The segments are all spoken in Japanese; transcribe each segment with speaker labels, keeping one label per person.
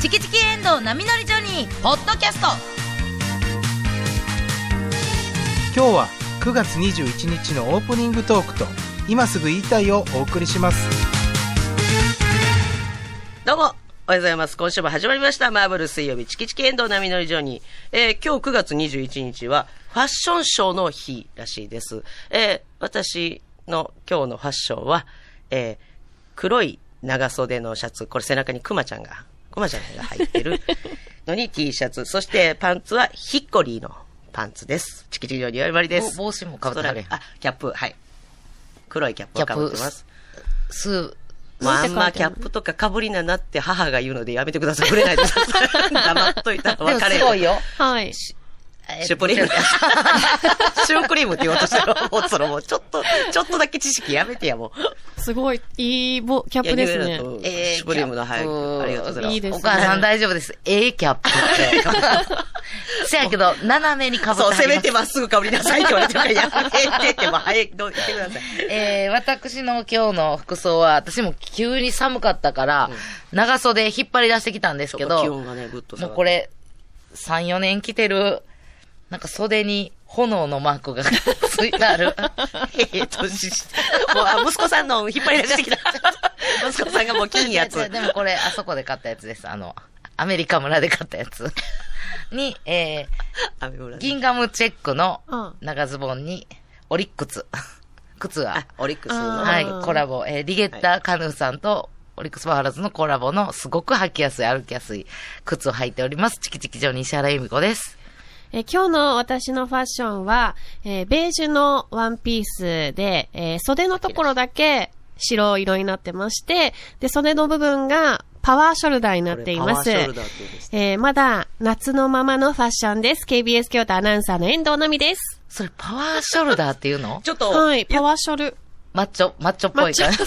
Speaker 1: チキチキエンドウ波乗りジョニー」ポッドキャスト
Speaker 2: 今日は9月21日のオープニングトークと今すぐ言いたいをお送りします
Speaker 3: どうも、おはようございます。今週も始まりました。マーブル水曜日、チキチキエンドウ波乗りジョニー。えー今日9月21日は、ファッションショーの日らしいです。えー私の今日のファッションは、えー黒い長袖のシャツ、これ背中にクマちゃんが、クマちゃんが入って るのに T シャツ、そしてパンツはヒッコリーのパンツです。チキチキジョニーよりまりです。
Speaker 4: お帽子も被ってはる
Speaker 3: ストライプあ、キャップ、はい。黒いキャップをかぶってます。
Speaker 4: すー、
Speaker 3: もうあんまキャップとかかぶりななって母が言うのでやめてください。売れないでください。黙っといたら別れる。
Speaker 4: すごいよ。
Speaker 5: はい。
Speaker 3: シュプリーム。 シュークリームって言おうとしてる。もうそれもうちょっと、ちょっとだけ知識やめてやもう。
Speaker 5: すごい、いいぼ、キャップです
Speaker 3: いや
Speaker 5: ね。
Speaker 3: ニューヨークと
Speaker 4: えー
Speaker 3: シュプリームの、はい。
Speaker 4: キャップ
Speaker 3: ありがとうございます。
Speaker 5: いいですね
Speaker 4: お母さん大丈夫です。ええキャップって。せやけど、斜めに被って
Speaker 3: そう、せめて
Speaker 4: はりま
Speaker 3: まっすぐかぶりなさいって言われてるから、やめてって、もう早くどう言ってください。
Speaker 4: す。えー、私の今日の服装は、私も急に寒かったから、長袖引っ張り出してきたんですけ
Speaker 3: 気
Speaker 4: ど、
Speaker 3: 温がね、ぐっと下が
Speaker 4: もう
Speaker 3: って
Speaker 4: これ、3、4年着てる、なんか袖に炎のマークがついてあ る。
Speaker 3: ええ年して。もう、あ、息子さんの引っ張り出してきた。息子さんがもう金やつ。
Speaker 4: いいでもこれ、あそこで買ったやつです。あの、アメリカ村で買ったやつ。に、え
Speaker 3: 雨村
Speaker 4: ー、
Speaker 3: ね
Speaker 4: ギンガムチェックの
Speaker 5: うん
Speaker 4: 長ズボンに、オリックス。 靴は
Speaker 3: あ、、オリックスの。
Speaker 5: あ
Speaker 4: はい
Speaker 5: ー、
Speaker 4: コラボ、えーリゲッターカヌーさんと、オリックスバファローズのコラボのすごく履きやすい、歩きやすい靴を履いております。チキチキ上に石原由美子です。
Speaker 5: えー今日の私のファッションは、えーベージュのワンピースで、えー袖のところだけ白色になってまして、で、袖の部分がパワーショルダーになっています。
Speaker 3: これパワーショルダーって言うんです
Speaker 5: えーまだ夏のままのファッションです。KBS 京都アナウンサーの遠藤奈美です。
Speaker 4: それ、パワーショルダーっていうの
Speaker 3: ちょっと、
Speaker 5: はい、パワーショル。
Speaker 4: マッチョ、マッチョっぽい感じ。、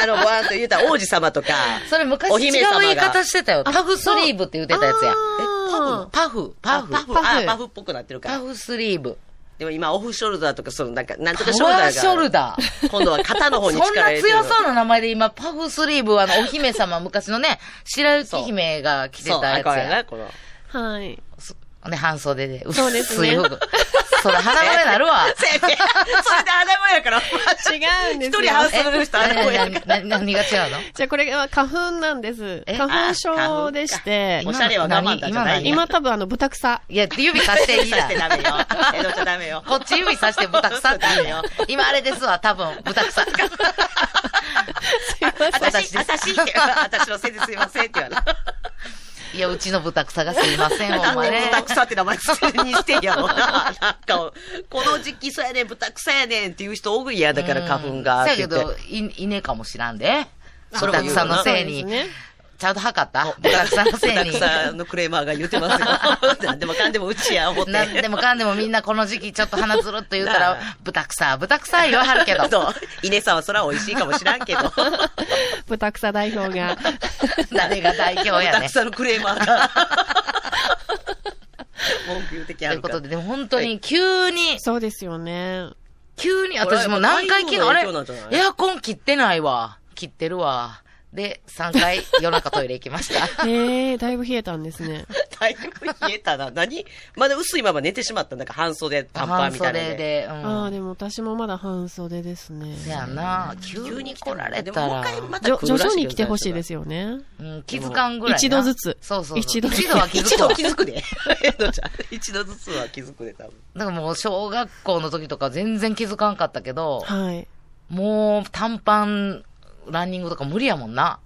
Speaker 3: あの、わーっと言うたら王子様とか
Speaker 4: それ昔
Speaker 3: お
Speaker 4: 違う
Speaker 3: 姫様が
Speaker 4: 言い方してたよ。パフスリーブって言ってたやつや。
Speaker 5: あ
Speaker 4: パフ、
Speaker 3: パ
Speaker 4: パフ、
Speaker 3: フ、パフ、
Speaker 5: パフ
Speaker 3: あパフっぽくなってるか
Speaker 4: パ
Speaker 3: ら。
Speaker 4: フスリーブ。
Speaker 3: でも今、オフショルダーとか、その、なんか、なんと
Speaker 4: パ
Speaker 3: かショルダー
Speaker 4: ワ
Speaker 3: が。
Speaker 4: ーショルダー。
Speaker 3: 今度は肩の
Speaker 4: そ
Speaker 3: 方
Speaker 4: ん
Speaker 3: に
Speaker 4: な
Speaker 3: 力入れてる。
Speaker 4: 強そうな名前で今、パフスリーブはあの、お姫様、昔のね、白雪姫が着て
Speaker 3: そう、
Speaker 4: た
Speaker 3: あ
Speaker 4: やつ
Speaker 3: かん
Speaker 4: や。
Speaker 3: やな、この。
Speaker 5: ーはい。
Speaker 4: そね、半袖で。
Speaker 5: そうですね
Speaker 4: 薄い服。それ、鼻声な るわ。
Speaker 3: せやねそれで穴子やから。
Speaker 5: 違うんですよ
Speaker 3: 一人半袖の人穴子や
Speaker 4: え
Speaker 3: か
Speaker 4: なな何が違うの
Speaker 5: じゃあこれは花粉なんです。
Speaker 4: え
Speaker 5: 花粉症でして
Speaker 3: あ花粉か、おしゃれは我慢だじゃない
Speaker 4: 今
Speaker 5: 今多分あの、ブタクサ。
Speaker 4: いや、指さしていい
Speaker 3: ら。
Speaker 4: な
Speaker 3: して。ダメよ。江戸ちゃダ メよ。
Speaker 4: こっち指さしてブタクサって言うよ。 今あれですわ、多分、ブタクサ。私
Speaker 3: 私、
Speaker 4: です
Speaker 3: 私って、私のせいですいませんって言われる。
Speaker 4: いや、うちのブタクサがすいません、お前ね。
Speaker 3: 豚草って名前にしてんやろな。なんか、この時期そうやねん、豚草やねんっていう人多いや、だから花粉が。
Speaker 4: せ
Speaker 3: っ
Speaker 4: や
Speaker 3: て言
Speaker 4: け
Speaker 3: って
Speaker 4: ど、い、いねえかもしらんで。
Speaker 3: そ
Speaker 4: ブ
Speaker 3: れも
Speaker 4: タ
Speaker 3: 言う
Speaker 4: クサ
Speaker 3: よな
Speaker 4: のせい
Speaker 5: そう
Speaker 4: に
Speaker 5: ですね。
Speaker 4: ちゃんと測ったブタクサのせい
Speaker 3: た
Speaker 4: に
Speaker 3: く。さんのクレーマーが言ってますよ。 何でもかんでもうちや、思って。
Speaker 4: なんでもかんでもみんなこの時期ちょっと鼻つるっと言う た
Speaker 3: な
Speaker 4: ら、ブタクサ、ブタクサ言わはるけ ど。
Speaker 3: そう。稲さんはそら美味しいかもしらんけど。
Speaker 5: ブタクサ代表が。
Speaker 4: 誰が代表や
Speaker 3: た
Speaker 4: ね
Speaker 3: く。さんのクレーマーが。文句言うてき
Speaker 4: と
Speaker 3: あ
Speaker 4: いう
Speaker 3: る
Speaker 4: こ
Speaker 3: か
Speaker 4: と
Speaker 3: ら。
Speaker 4: で、でも本当に急に、
Speaker 5: そうですよね。
Speaker 4: 急に、私もう何回切る、
Speaker 3: こ
Speaker 4: あ
Speaker 3: れ
Speaker 4: れ
Speaker 3: は台風の影響なんじゃない
Speaker 4: エアコン切ってないわ。切ってるわ。で、3回夜中トイレ行きました。
Speaker 5: ええー、だいぶ冷えたんですね。
Speaker 3: だいぶ冷えたな。何まだ薄いまま寝てしまった。なんか半袖、 短パン
Speaker 4: 半
Speaker 3: みたいな
Speaker 4: 袖
Speaker 3: ね。
Speaker 4: で、
Speaker 5: あ
Speaker 4: う
Speaker 5: あ、
Speaker 4: ん。
Speaker 5: でも私もまだ半袖ですね。
Speaker 4: せやな、急に来られたら、
Speaker 5: じょ徐々に来てほしいですよね。
Speaker 4: うん、気づかんぐらいな。
Speaker 5: 一度ずつ
Speaker 4: そうそう。
Speaker 5: 一度ずつ
Speaker 4: 一度は気づ
Speaker 3: 一
Speaker 4: く
Speaker 3: 度
Speaker 4: わ。
Speaker 3: 気づくで。えのちゃん。一度ずつは気づくで、多分。
Speaker 4: だからもう小学校の時とか全然気づかんかったけど、
Speaker 5: はい。
Speaker 4: もう短パン、ランニングとか無理やもんな。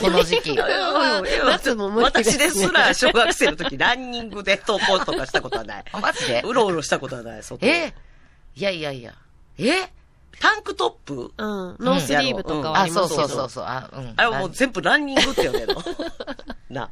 Speaker 4: この時期。
Speaker 5: 夏も無理です
Speaker 3: 私
Speaker 5: ね
Speaker 3: ですら小学生の時ランニングで投稿とかしたことはない。
Speaker 4: あマジで
Speaker 3: うろうろしたことはない、外で
Speaker 4: えいやいやいや。え
Speaker 3: タンクトップ
Speaker 5: うん。ノースリーブとかはあ
Speaker 4: あ、
Speaker 5: り
Speaker 4: そ
Speaker 5: ま
Speaker 4: う
Speaker 5: す
Speaker 4: そ
Speaker 5: けど。
Speaker 4: うそうそう。あ、うん。
Speaker 3: あれはもう全部ランニングって呼んでんのな。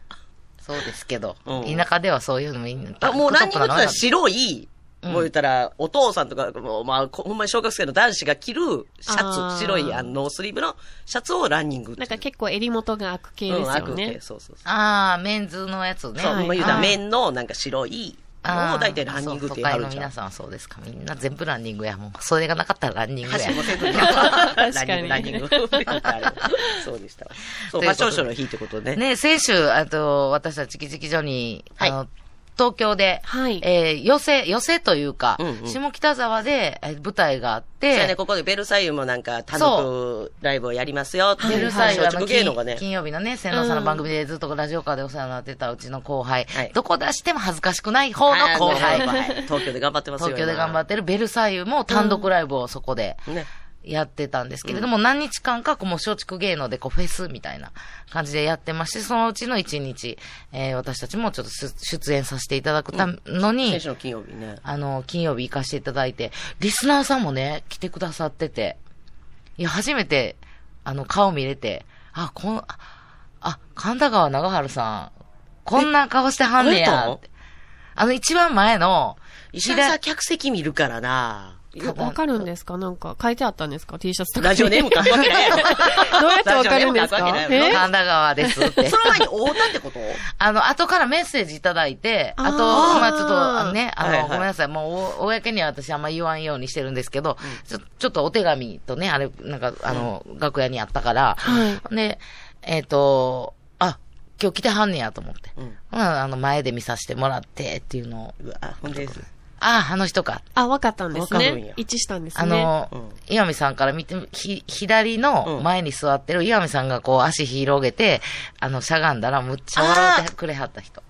Speaker 4: そうですけど、
Speaker 3: うん
Speaker 4: 田舎ではそういうのもいいんだ
Speaker 3: あもうランニングって言ったら
Speaker 4: し、
Speaker 3: 白い、
Speaker 4: うん
Speaker 3: もう言ったら、お父さんとか、もうまあ、こほんまに小学生の男子が着るシャ
Speaker 5: あ
Speaker 3: ツ、
Speaker 5: ー
Speaker 3: 白いあのノースリーブのシャツをランニングってい
Speaker 5: な
Speaker 3: うん
Speaker 5: か結構襟元が開く系で
Speaker 3: うん、
Speaker 5: す
Speaker 3: あ
Speaker 5: よ
Speaker 3: く
Speaker 5: ね
Speaker 3: て。そうそうそう。
Speaker 4: ああ、メンズのやつね。
Speaker 3: そう、
Speaker 5: はい
Speaker 3: 今言うたら、
Speaker 4: はい
Speaker 3: 面のなんか白いもう大体ランニングって
Speaker 4: あ
Speaker 3: ある
Speaker 4: るじ
Speaker 3: じ
Speaker 4: ゃ
Speaker 3: ゃ
Speaker 4: 皆
Speaker 3: ん。
Speaker 4: さんはそうですか。みんな全部ランニングやもん。それがなかったらランニン グや
Speaker 3: 走。りもせんとき
Speaker 5: 確かに
Speaker 3: ランニング、ランニング。そうでしたわ。そう、
Speaker 4: と
Speaker 3: ファ
Speaker 4: いうことで
Speaker 3: ッションショーの日ってことね。
Speaker 4: ね、先週、あと、私たちキキ所に、
Speaker 3: はい
Speaker 4: あの、東京で、
Speaker 5: はい
Speaker 4: えー寄せ、寄せというか、
Speaker 3: うんうん
Speaker 4: 下北沢でえー舞台があっ
Speaker 3: そうやね、
Speaker 4: て、
Speaker 3: ここでベルサイユもなんか、単独ライブをやりますよっていう。
Speaker 4: ベルサイユはあの
Speaker 3: 松竹芸能が
Speaker 4: 金
Speaker 3: ね。
Speaker 4: 金曜日のね、千能さんの番組でずっとラジオカーでお世話になってたうちの後輩、
Speaker 3: はい
Speaker 4: どこ出しても恥ずかしくない方の後
Speaker 3: あの
Speaker 4: 輩、
Speaker 3: はい東京で頑張ってますよ。
Speaker 4: 東京で頑張
Speaker 3: っ
Speaker 4: ってるベルサイユも単独ライブをそこで
Speaker 3: て。ね。
Speaker 4: やってたんですけれども、何日間か、こう、もう松竹芸能で、こう、フェスみたいな感じでやってまして、そのうちの1日、えー私たちもちょっと出出演させていただくためのに、
Speaker 3: 先週の金曜日ね。
Speaker 4: あの、金曜日行かせていただいて、リスナーさんもね、来てくださってて、いや、初めて、あの、顔見れて、あ、こん、ああ、神田川長春さん、こんな顔してはんね
Speaker 3: え
Speaker 4: や
Speaker 3: どうやっ
Speaker 4: ったて。あの、一番前の、
Speaker 3: 石田さん、客席見るからな。
Speaker 5: よくわかるんですかなんか、書いてあったんですか ?T シャツとか。
Speaker 3: ラジオネーム 書くわけないやろ。
Speaker 5: どうやってわかるんですか
Speaker 3: ラジオネーム書くわけない
Speaker 5: え
Speaker 3: や
Speaker 4: 神田川ですっ
Speaker 3: ろ。
Speaker 4: て
Speaker 3: そ。の前に会うたってこと
Speaker 4: あの、後からメッセージいただいて、あと、
Speaker 5: あー
Speaker 4: まあちょっとあのね、あの、
Speaker 3: はいはい
Speaker 4: ごめんなさい、もう、お公には私あんま言わんようにしてるんですけど、ちょちょっとお手紙とね、あれ、なんか、あの、楽屋にあったから、
Speaker 5: は
Speaker 4: で、えっ、と、あ、今日来てはんねやと思って。
Speaker 3: うん
Speaker 4: ほなあの、前で見させてもらってっていうのを、
Speaker 3: うわ、ほんで、
Speaker 4: ああ、あの人か。
Speaker 5: あ、わかったんです
Speaker 3: わかるんや
Speaker 5: ね。一致したんです
Speaker 4: あ
Speaker 5: ね。
Speaker 4: の、岩見さんから見て、ひ、左の前に座ってる岩見さんがこう足広げて、あの、しゃがんだらむっちゃ笑ってくれはった人。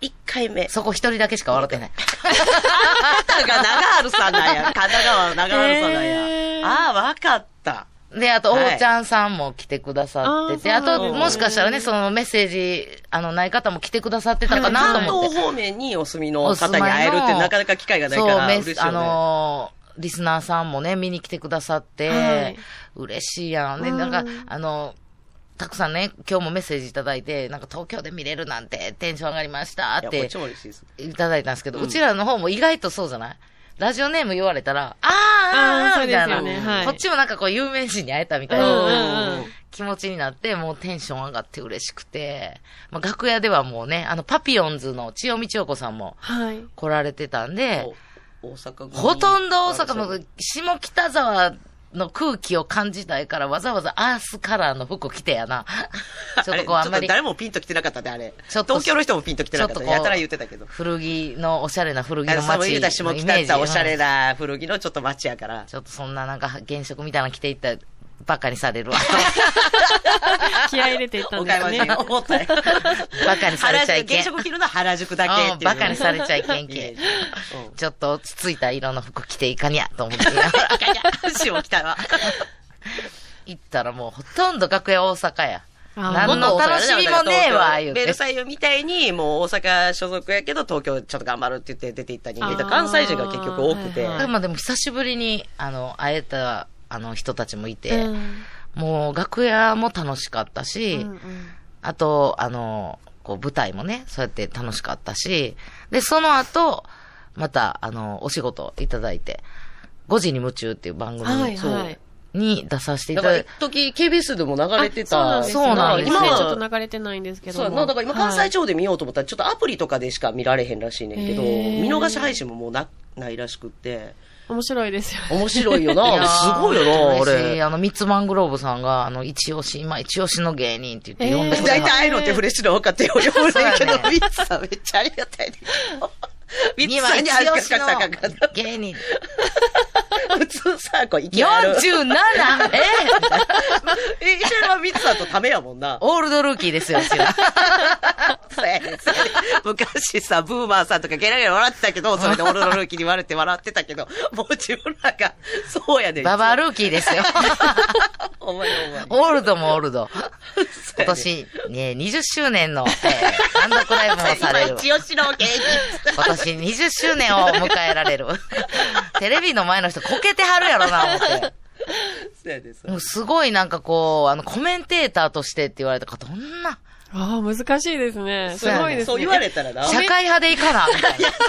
Speaker 3: 一回目。
Speaker 4: そこ一人だけしか笑ってない。
Speaker 3: あなたが長春さんなん や。神奈川長春さんなんや。
Speaker 5: えー
Speaker 3: ああ、わかった。
Speaker 4: で、あと、お
Speaker 3: はい
Speaker 4: ーちゃんさんも来てくださってて、
Speaker 5: あ
Speaker 4: あ
Speaker 5: ーそうなん
Speaker 4: と、
Speaker 5: ですね
Speaker 4: もしかしたらね、そのメッセージ、あの、ない方も来てくださってたかなと
Speaker 3: 関
Speaker 4: 思って
Speaker 3: 東。方面にお住みの
Speaker 4: お
Speaker 3: 方
Speaker 4: 住
Speaker 3: に
Speaker 4: ま
Speaker 3: 会
Speaker 4: い
Speaker 3: え
Speaker 4: の
Speaker 3: るってなかなか機会がないから、
Speaker 4: そうメ
Speaker 3: 嬉
Speaker 4: ッ
Speaker 3: しいよね。
Speaker 4: あのーリスナーさんもね、見に来てくださって、
Speaker 5: はい
Speaker 4: 嬉しいやん。で、
Speaker 5: うん
Speaker 4: なんか、あのたくさんね、今日もメッセージいただいて、なんか東京で見れるなんて、テンション上がりました
Speaker 3: いや
Speaker 4: っ
Speaker 3: こってちも嬉しいです。
Speaker 4: いただいたんですけど、うちらの方も意外とそうじゃないラジオネーム言われたら、あーあーあ
Speaker 5: あー
Speaker 4: ーみたいな、
Speaker 5: そうですよねはい
Speaker 4: こっちもなんかこう有名人に会えたみたい
Speaker 5: うん
Speaker 4: な
Speaker 5: うんうん
Speaker 4: 気持ちになって、もうテンション上がって嬉しくて、まあ、楽屋ではもうね、あのパピオンズの千代美千代子さんも
Speaker 5: はい。
Speaker 4: 来られてたんで、
Speaker 3: 大阪
Speaker 4: ほとんど大阪の下北沢の空気を感じたいから、わざわざアースカラーの服着てや な。ちょっとこう
Speaker 3: れ
Speaker 4: あんま
Speaker 3: ちょっと
Speaker 4: り
Speaker 3: 誰もピンと来てなかったね、あれ。
Speaker 4: ちょっと
Speaker 3: 東京の人もピンと来てなかった
Speaker 4: ち
Speaker 3: ね。
Speaker 4: ょっとこ
Speaker 3: や
Speaker 4: う
Speaker 3: たら言ってたけど。
Speaker 4: 古着のおしゃれな古着
Speaker 3: あ
Speaker 4: の
Speaker 3: の、
Speaker 4: 街の
Speaker 3: 寒
Speaker 4: イ
Speaker 3: い
Speaker 4: メー
Speaker 3: だ
Speaker 4: ジ。
Speaker 3: しも来たったおしゃれな古着のちょっと街やから。
Speaker 4: ちょっとそんななんか原色みたいなの着ていったらバカにされ るわ。
Speaker 5: 気合い入れていったん
Speaker 3: お
Speaker 5: で
Speaker 3: か
Speaker 5: す
Speaker 3: まし
Speaker 5: ね。
Speaker 3: い思ったよ。
Speaker 4: バカにされちゃ
Speaker 3: 原
Speaker 4: い
Speaker 3: 宿
Speaker 4: けん
Speaker 3: 原。色着るのは原宿だけっていう
Speaker 4: うん
Speaker 3: ね。
Speaker 4: バカにされちゃいけんけ
Speaker 3: イメージうん
Speaker 4: ちょっと落ち着いた色の服着ていかにゃと思って言いながら
Speaker 3: いやいや、死も来たわ。
Speaker 4: 行ったらもうほとんど楽屋大阪や。
Speaker 5: あー
Speaker 4: 何の楽しみもねえわ、言う
Speaker 3: ベ
Speaker 4: て
Speaker 3: ル。サイユみたいに、もう大阪所属やけど、東京ちょっと頑張るって言って出て行った人間って、
Speaker 5: あー
Speaker 3: 関西人が結局多くて。
Speaker 5: はいは
Speaker 4: で
Speaker 5: い
Speaker 4: もでも久しぶりに、あの、会えた、あの、人たちもいて、
Speaker 5: うん
Speaker 4: もう楽屋も楽しかったし、
Speaker 5: うんうん
Speaker 4: あと、あの、こう舞台もね、そうやって楽しかったし、で、その後、また、あの、お仕事いただいて、5時に夢中っていう番組に,、
Speaker 5: はいはい。
Speaker 4: 出させてい
Speaker 3: だ
Speaker 4: た
Speaker 3: から、
Speaker 4: だ
Speaker 3: 一
Speaker 4: いて、
Speaker 3: 時 KBS でも流れてた。
Speaker 5: あそうなんですね
Speaker 4: そうなんですね
Speaker 5: 今
Speaker 3: 今
Speaker 5: はちょ
Speaker 3: は
Speaker 5: っと流れてないんですけど
Speaker 3: そ
Speaker 5: も。
Speaker 3: うやな。だから今関西
Speaker 5: 地
Speaker 3: 地方で見ようと思ったら、ちょっとアプリとかでしか見られへんらしいねんけど、
Speaker 5: へー
Speaker 3: 見逃し配信ももうな、ないらしくって。
Speaker 5: 面白いですよね。
Speaker 3: 面白いよ
Speaker 4: いや
Speaker 3: な。
Speaker 4: ー
Speaker 3: すごいよな、あ
Speaker 4: 嬉しい
Speaker 3: れ。
Speaker 4: あの、ミッツマングローブさんが、あの、一押し、今、一押しの芸人って言って呼んで
Speaker 5: え
Speaker 4: く
Speaker 5: ー
Speaker 4: れ
Speaker 3: 大
Speaker 4: は
Speaker 3: 体
Speaker 4: っ
Speaker 3: ああいうのってフレッシュの方かって よりもけど
Speaker 4: そうや、ね
Speaker 3: ミッツさんめっちゃありがたいね。 ミッツ
Speaker 4: 今
Speaker 3: さんに
Speaker 4: 一
Speaker 3: 恥ず
Speaker 4: 押
Speaker 3: か
Speaker 4: し
Speaker 3: しかったらあかんかった
Speaker 4: の芸人。
Speaker 3: 普通さ、こう、いきなり。
Speaker 4: 47! え
Speaker 3: え、石山はミツさんとためやもんな。
Speaker 4: オールドルーキーですよ、うちは。
Speaker 3: そうやねんそうやねん昔さ、ブーマーさんとかゲラゲラ笑ってたけど、それで俺のルーキーに笑って笑ってたけど、 もう自分らが、そうやねん。
Speaker 4: ババアルーキーですよ。
Speaker 3: お前お前。
Speaker 4: オールドもオールド。
Speaker 3: そう
Speaker 4: 今
Speaker 3: やねん。
Speaker 4: 年、ね、20周年の、えー、単独ライブもされる
Speaker 3: 今。一押しの芸人。
Speaker 4: 今年20周年を迎えられ る。テレビの前の人こけてはるやろな、思って。
Speaker 3: そうやねんそうや
Speaker 4: も
Speaker 3: ねん
Speaker 4: うすごいなんかこう、あの、コメンテーターとしてって言われたか、どんな、
Speaker 5: ああ、難しいですね。す
Speaker 4: うやね
Speaker 5: ごいですね。
Speaker 3: そう言われたらな。
Speaker 4: 社会派でいかな、みたい
Speaker 3: いや、それ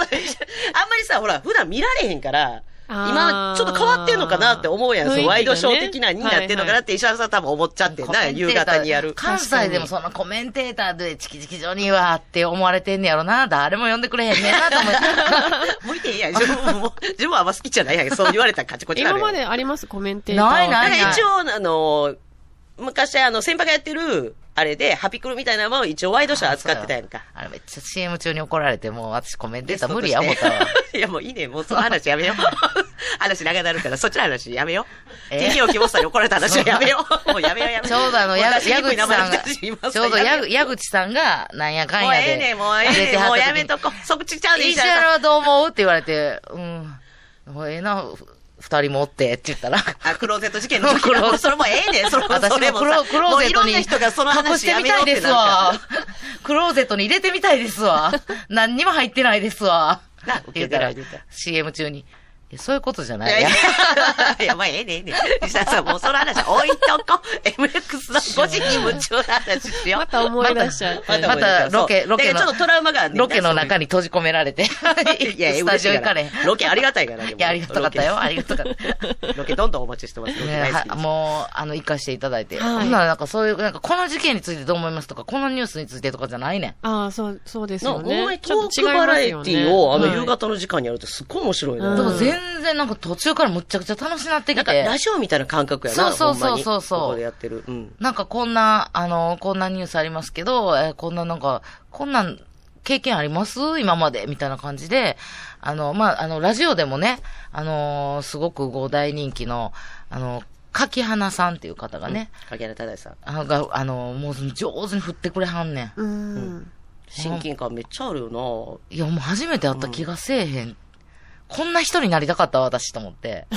Speaker 3: あんまりさ、ほら、普段見られへんから、
Speaker 5: あー
Speaker 3: 今、ちょっと変わってんのかなって思うやん。
Speaker 5: 雰
Speaker 3: そう
Speaker 5: 囲気がね
Speaker 3: ワイドショー的なになってんのかなって石原さん多分思っちゃってん
Speaker 4: コ
Speaker 3: な、
Speaker 4: メンテ
Speaker 3: 夕
Speaker 4: ーター
Speaker 3: 方にやる。
Speaker 4: 関西でもそんなコメンテーターでチキチキジョニーはって思われてんねやろな。誰も呼んでくれへんねんなと 思って。
Speaker 3: 向いてへんやん。自分も、自分はあんま好きじゃないやんけど。そう言われたらカチコチな
Speaker 5: 今
Speaker 3: るやん。
Speaker 5: までありますコメンテーターは。
Speaker 4: ないない
Speaker 3: だから一応、あの、昔、あの、先輩がやってる、あれで、ハピクロみたいなのも一応ワイドショー扱ってたやんか。
Speaker 4: あれめっちゃ CM 中に怒られて、もう私コメンテーター無理や思ったわ。
Speaker 3: いや、もういいね。もうその話やめよう。 話長なるから、そっちの話やめよう。
Speaker 4: え
Speaker 3: 天気を希望さんに怒られた話はやめよう。もうやめようやめよう。
Speaker 4: ちょうどあの、
Speaker 3: もう
Speaker 4: や
Speaker 3: 出しにく
Speaker 4: 矢口
Speaker 3: い名前
Speaker 4: さん
Speaker 3: の話言いま
Speaker 4: が、
Speaker 3: す
Speaker 4: ちょうど
Speaker 3: や
Speaker 4: や
Speaker 3: めよ
Speaker 4: 矢口さんが、なんやかん
Speaker 3: もう
Speaker 4: や
Speaker 3: ええね
Speaker 4: で。
Speaker 3: ん、もうえ
Speaker 4: 出
Speaker 3: え
Speaker 4: て
Speaker 3: ねん。
Speaker 4: は
Speaker 3: も
Speaker 4: っ
Speaker 3: う
Speaker 4: た
Speaker 3: や
Speaker 4: 時に
Speaker 3: めとこう。そっちちゃうねん、
Speaker 4: 石
Speaker 3: 石原さん
Speaker 4: 原はどう思うって言われて、うん、もうええな、ふ二人もおってって言ったら。
Speaker 3: あ、クローゼット事件の時
Speaker 4: クローゼッ
Speaker 3: も
Speaker 4: ト
Speaker 3: うそれもええ ねん、それも
Speaker 4: 私も
Speaker 3: それも
Speaker 4: クロ
Speaker 3: さ
Speaker 4: クロ
Speaker 3: も
Speaker 4: ーゼット
Speaker 3: ういろんな
Speaker 4: に
Speaker 3: 人がその
Speaker 4: 隠し
Speaker 3: 話
Speaker 4: て
Speaker 3: や
Speaker 4: み
Speaker 3: めよう
Speaker 4: たい
Speaker 3: って
Speaker 4: です
Speaker 3: なるから
Speaker 4: わ。 クローゼットに入れてみたいですわ。何にも入ってないですわ
Speaker 3: な。受けてない
Speaker 4: 言うた
Speaker 3: 言
Speaker 4: ら
Speaker 3: う
Speaker 4: CM 中に。いやそういうことじゃないい。
Speaker 3: や
Speaker 4: い
Speaker 3: い
Speaker 4: や
Speaker 3: や、いやまあええねええね。石田さん、もうその話は置いとこ。MX の5時に夢中な話しよう。
Speaker 5: また思い出しちゃって。
Speaker 4: またロケ
Speaker 3: そう
Speaker 4: ロケの
Speaker 3: だからちょっとトラウマがある
Speaker 4: ロケの中
Speaker 3: に。
Speaker 4: に閉じ込められて。
Speaker 3: いや、
Speaker 4: スタジオ行かれへん。
Speaker 3: 嬉しいらロケありがたいからね。
Speaker 4: いや、ありがたかったよ。ありがたか った。
Speaker 3: た。ロケどんどんお待ちしてます。ロケ
Speaker 4: ね
Speaker 3: 大好き
Speaker 4: は
Speaker 3: です。
Speaker 4: もう、あの、行かしていただいて。
Speaker 5: はい
Speaker 4: ほんならなんかそういう、なんかこの事件についてどう思いますとか、このニュースについてとかじゃないねん。
Speaker 5: ああ、そう、そうです
Speaker 3: な
Speaker 5: よ
Speaker 3: んか、お前
Speaker 5: ね。
Speaker 3: トークバラエティを、あの、夕
Speaker 5: 方
Speaker 3: 方の時間にやるとすっごい面白い
Speaker 5: うん
Speaker 3: な。
Speaker 4: で
Speaker 3: だ
Speaker 4: も
Speaker 3: から
Speaker 4: 全然なんか途中からむっちゃくちゃ楽しなって
Speaker 3: な
Speaker 4: き
Speaker 3: んか、
Speaker 4: て。
Speaker 3: ラジオみたいな感覚やな。
Speaker 4: そうそう
Speaker 3: ほんまに
Speaker 4: そうそうそう
Speaker 3: ここでやってる。うん。
Speaker 4: なんかこんな、あの、こんなニュースありますけど、えーこんななんか、こんなん、経験あります今までみたいな感じで、あの、まあ、あの、ラジオでもね、あのーすごくご大人気の、あの、柿花さんっていう方がね、
Speaker 3: 影原忠さん。
Speaker 4: あのが、あの、もう上手に振ってくれはんねん。
Speaker 5: うん。
Speaker 3: 親近感めっちゃあるよ
Speaker 4: いや、もう初めて会った気がせえへん。こんな人になりたかったわ私と思って。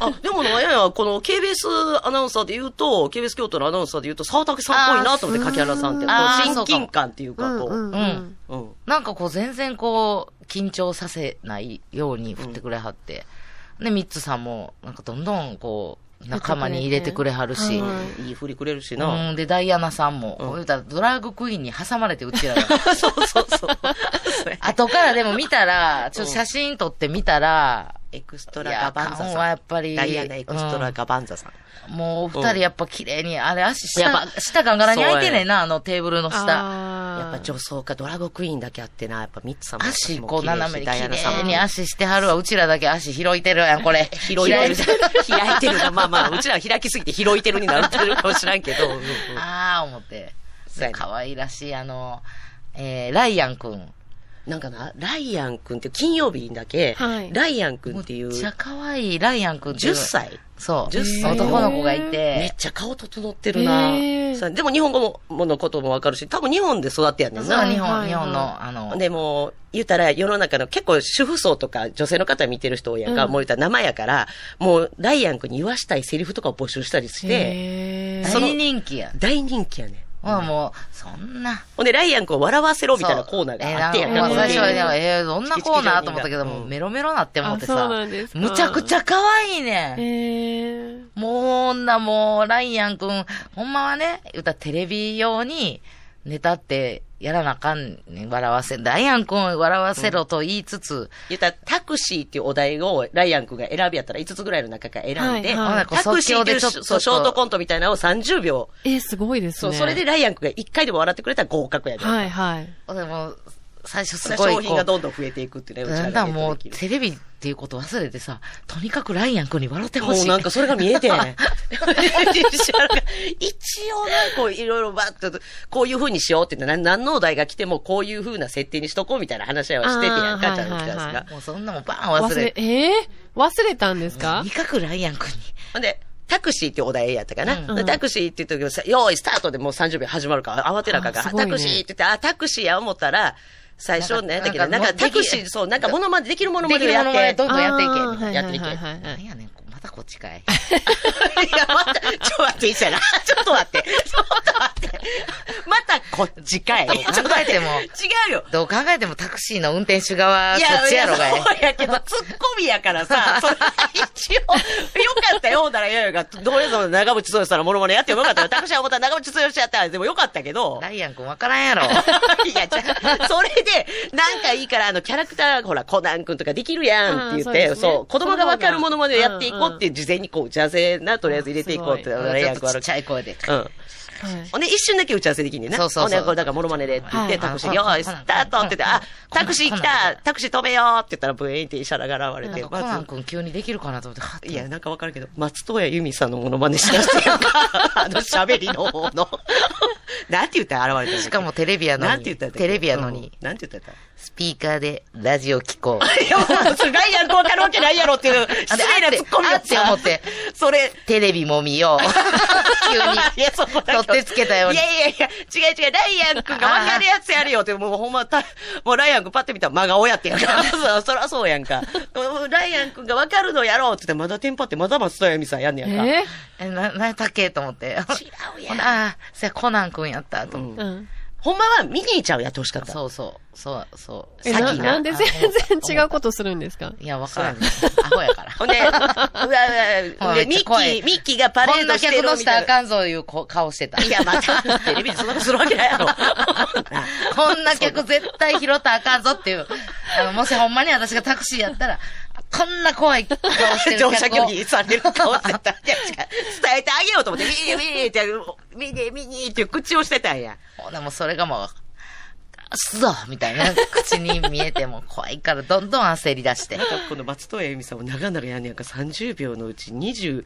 Speaker 3: な。あ、でもな、いやいや、この KBS アナウンサーで言うと、KBS 京都のアナウンサーで言うと、沢竹さんっぽいなと思って、
Speaker 4: あー
Speaker 3: 柿原さんって。こ
Speaker 4: あー
Speaker 3: う親近感っていう
Speaker 5: う
Speaker 3: か、
Speaker 5: ん
Speaker 3: こ
Speaker 5: う
Speaker 3: う。
Speaker 5: ん。うん
Speaker 3: うん。
Speaker 4: なんかこう全然こう、緊張させないように振ってくれはって。で、ミッツさんも、なんかどんどんこう、仲間に入れてくれはるし。
Speaker 5: は
Speaker 3: うんいい振りくれるしな。
Speaker 4: うん、で、 ダイアナさんも、
Speaker 3: うん
Speaker 4: こう言うたらドラァグクイーンに挟まれてうちらが。
Speaker 3: そうそうそう。そうや
Speaker 4: 後からでも見たら、ちょっと写真撮ってみたら、
Speaker 3: エクスト
Speaker 4: い
Speaker 3: ラ
Speaker 4: や
Speaker 3: ガバンザさ
Speaker 4: カ
Speaker 3: ん。
Speaker 4: ンはやっぱり
Speaker 3: ダイアナエクストラガバンザさん。
Speaker 4: もうお二人やっぱ綺麗に、あれ足下、
Speaker 3: やっぱ
Speaker 4: 下ガンガラに開いてねえな、あのテーブルの下。
Speaker 3: やっ
Speaker 5: あ
Speaker 3: ぱ女装かドラゴクイーンだけあってな、やっぱミッツさんも
Speaker 4: 足、こう、斜めに、綺
Speaker 3: ダイアナさん
Speaker 4: 麗
Speaker 3: も
Speaker 4: に足してはるわ。うちらだけ足広いてるやん、これ。
Speaker 3: 広いてる。
Speaker 4: 開
Speaker 3: 開いてるな。まあまあ、うちらは開きすぎて広いてるになってるかもしらんけど。うんうん
Speaker 4: ああ、思って。
Speaker 3: そうやね
Speaker 4: 可愛らしい、あの、えー、ライアンくん。
Speaker 3: なんかな、ライアンくんって金曜日だけ、
Speaker 5: はい
Speaker 3: ライアンくんっていう
Speaker 4: めっちゃ可愛い、ライアンくんっていう
Speaker 3: 10。歳。
Speaker 4: そう。
Speaker 3: 10歳
Speaker 4: 男の子がい。
Speaker 3: めってちゃ顔整ってるな
Speaker 5: へー。
Speaker 3: さでも日本語ものこともわかるし、多分日本で育ってやんねん
Speaker 4: そう、
Speaker 3: な。
Speaker 4: 日
Speaker 5: はいは
Speaker 4: 本、
Speaker 5: いはい
Speaker 4: 日本の、あの、
Speaker 3: でも、言うたら世の中の結構主婦層とか女性の方見てる人多いやんか、
Speaker 5: うん
Speaker 3: もう言うたら生やから、もうライアン君に言わしたいセリフとかを募集したり
Speaker 5: ー
Speaker 3: して、
Speaker 5: へー
Speaker 3: その
Speaker 4: 大人気や。
Speaker 3: 大人気やねん。
Speaker 4: ほらもう、そんな。
Speaker 3: ほんで、ライアン君を笑わせろみたいなコーナーがあってやん
Speaker 4: えーな
Speaker 3: か、こ
Speaker 4: んか
Speaker 3: の
Speaker 4: 最
Speaker 3: 芸
Speaker 4: 初
Speaker 3: 人
Speaker 4: は、えー、どんなコーナーと思ったけど、
Speaker 3: うん
Speaker 4: もうメロメロなって思って
Speaker 5: あそ
Speaker 4: さ
Speaker 5: うなんです。か
Speaker 4: むちゃくちゃ可愛いねん。
Speaker 5: へー
Speaker 4: もう、女もう、ライアンくん、ほんまはね、言うたらテレビ用に、ネタって、やらなあかんねん笑わせ、ライアンくんを笑わせろと言いつつ、
Speaker 3: 言ったら、タクシーっていうお題をライアン君が選びやったら5つぐらいの中から選んで、
Speaker 5: はいはい
Speaker 4: ほなこう
Speaker 3: タクシーっていう
Speaker 4: 即興でちょっと
Speaker 3: そうショートコントみたいなのを30秒。
Speaker 5: え、すごいです
Speaker 3: そ
Speaker 5: ね。
Speaker 3: う、それで、ライアン君が1回でも笑ってくれたら合格やで。
Speaker 5: はいはい。
Speaker 4: でも、最初すごい
Speaker 3: 商
Speaker 4: こ
Speaker 3: 品が
Speaker 4: う、
Speaker 3: どんどん増えていくっていうね、うち
Speaker 4: だ
Speaker 3: ら
Speaker 4: んだ
Speaker 3: が
Speaker 4: ん
Speaker 3: ネッ
Speaker 4: も
Speaker 3: ト
Speaker 4: う、
Speaker 3: できる。
Speaker 4: テレビっていうこと忘れてさ、とにかくライアンくんに笑ってほ
Speaker 3: も
Speaker 4: し
Speaker 3: う
Speaker 4: い。
Speaker 3: なんかそれが見え てん。石原が 一応ね、こういろいろばっと、こういう風にしようって言って、な何のお題が来てもこういう風な設定にしとこうみたいな話はしててやん
Speaker 5: あ
Speaker 3: か、
Speaker 5: ー
Speaker 3: ちゃんと来たんです
Speaker 5: はいはいは
Speaker 3: が。
Speaker 4: もうそんなもんバーン忘
Speaker 5: 忘
Speaker 4: れ
Speaker 5: れ、
Speaker 4: て。
Speaker 5: えー忘れたんです
Speaker 4: と
Speaker 5: か
Speaker 4: にかくライアンくんに。
Speaker 3: ほんで、タクシーってお題やったかな。
Speaker 5: うん
Speaker 3: でタクシーって言った時、用意スタートでもう30秒始まるから、慌てなあかんから、
Speaker 5: あすごい
Speaker 3: タ
Speaker 5: ね
Speaker 3: クシーって言って、あ、タクシーや思ったら、最初ね、だけど、
Speaker 4: な
Speaker 3: なんん
Speaker 4: かもう
Speaker 3: かタクシ
Speaker 4: で
Speaker 3: ー、
Speaker 4: き
Speaker 3: そう、なんかモノマネできるモノマネを
Speaker 4: できる
Speaker 3: や
Speaker 4: ものまで
Speaker 3: って。
Speaker 4: どんどんやっていけ。
Speaker 5: あーはい
Speaker 3: やっていけ
Speaker 5: はいはいはいは
Speaker 4: ないんやねん、またこっちかい。
Speaker 3: いや、また、ちょっと待って、いいじゃな。ちょっと待って。ちょっと待って。またこっちかい。
Speaker 4: どう考えても
Speaker 3: 違うよ。
Speaker 4: どう考えてもタクシーの運転手側、そっちやろが
Speaker 3: い
Speaker 4: い
Speaker 3: や。そうやけど、ツッコミやから さ、それは一応、よかったよ、ほんなら、いやいや、どうやぞ、長渕剛さんのモノマネやってよかったよ。タクシーは思ったら長渕剛やったら、でもよかったけ ど。
Speaker 4: ダイアン君わから んやろ。
Speaker 3: いや、じゃあそれで、なんかいいから、あの、キャラクター、ほら、コナン君とかできるやんって言っ
Speaker 5: あーそう
Speaker 3: て、
Speaker 5: です
Speaker 3: そ
Speaker 5: ね
Speaker 3: う,、子供がわかるものまでやっていこうっ
Speaker 5: う
Speaker 3: て、事前にこう、打ち合わせな、とりあえず入れていこうって、
Speaker 5: す
Speaker 3: あの
Speaker 4: ち
Speaker 3: レイ
Speaker 4: ょ
Speaker 3: ア
Speaker 4: っ
Speaker 3: ウ
Speaker 4: と
Speaker 3: トあ
Speaker 4: ちっ
Speaker 3: る
Speaker 4: ちゃい声で。
Speaker 3: うん。
Speaker 5: はい
Speaker 3: ほんで、一瞬だけ打ち合わせできんねんな。
Speaker 4: そうそうそう
Speaker 3: ほんで、これだからモノマネでって言っ
Speaker 5: は
Speaker 3: て、
Speaker 5: いはい
Speaker 3: タクシーで、よーい、スタートって言って、あ、タクシー来たタクシー止めようって言ったら、ブイーンって医者が現れ
Speaker 4: なん
Speaker 3: て
Speaker 4: か、コナン
Speaker 3: ま
Speaker 4: 君急にできるかなと思って、はっ
Speaker 3: ず、いや、なんかわかるけど、松任谷由実さんのモノマネしだしてやんか。あの 喋りの方の。 なんて言ったら現れたの
Speaker 4: しかもテレビやのに
Speaker 3: なんて言ったら
Speaker 4: テレビやのに。
Speaker 3: うんなんて言ったら
Speaker 4: スピーカーでラジオ聞こう。
Speaker 3: いや、もう、それダイアンわかるわけないやろっていう、失礼なツッコミを
Speaker 4: あって思って。
Speaker 3: それ、
Speaker 4: テレビも見よう。 急に。
Speaker 3: いや、そこだけ
Speaker 4: 取ってつけたように
Speaker 3: いやいやいや、違う違う、ライアン君が分かるやつやるよって、もうほんま、たもうライアン君パッて見たら真顔やってやん か。そうそらそうやんか。もうライアン君が分かるのやろうって言って、まだテンパってまだ松任谷由実さんやんねやんか。
Speaker 5: え
Speaker 4: え、な、なやったっけと思って。
Speaker 3: 違う
Speaker 4: ほ
Speaker 3: やん。
Speaker 4: なああ、そやコナン君やったと思って。
Speaker 5: ーうん。
Speaker 3: ほんまはミニーちゃんをやってほしかった。
Speaker 4: そうそう、そう、そう。
Speaker 5: え、
Speaker 3: さっ
Speaker 5: な
Speaker 3: きの
Speaker 5: なんで全然違うことするんですか
Speaker 4: いや、わからん
Speaker 3: そう。
Speaker 4: アホやから。
Speaker 3: ほん で、うわうわ、
Speaker 4: ほ
Speaker 3: で
Speaker 4: ら
Speaker 3: ミ
Speaker 4: めっ
Speaker 3: ッ
Speaker 4: ちゃ
Speaker 3: キ
Speaker 4: 怖い
Speaker 3: ー、ミッキーがパレードしてる
Speaker 4: こんな客の
Speaker 3: み
Speaker 4: したた
Speaker 3: い
Speaker 4: あ
Speaker 3: な。
Speaker 4: かんぞいうこ顔してた。
Speaker 3: いや、また、テレビでそんなことするわけないや ろ。
Speaker 4: こんな客絶対拾ったらあかんぞっていう。あの、もしほんまに私がタクシーやったら、こんな怖い顔 してる客を
Speaker 3: 乗車拒否される顔して た。いや違う伝えてあげようと思って、ミ ニーミニーって、ミニーミニーって口をしてたんや。
Speaker 4: ほなもうそれがもう、すぞみたいな口に見えても怖いからどんどん焦り出して。
Speaker 3: この松任谷由実さんも長々やんねやんか30秒のうち26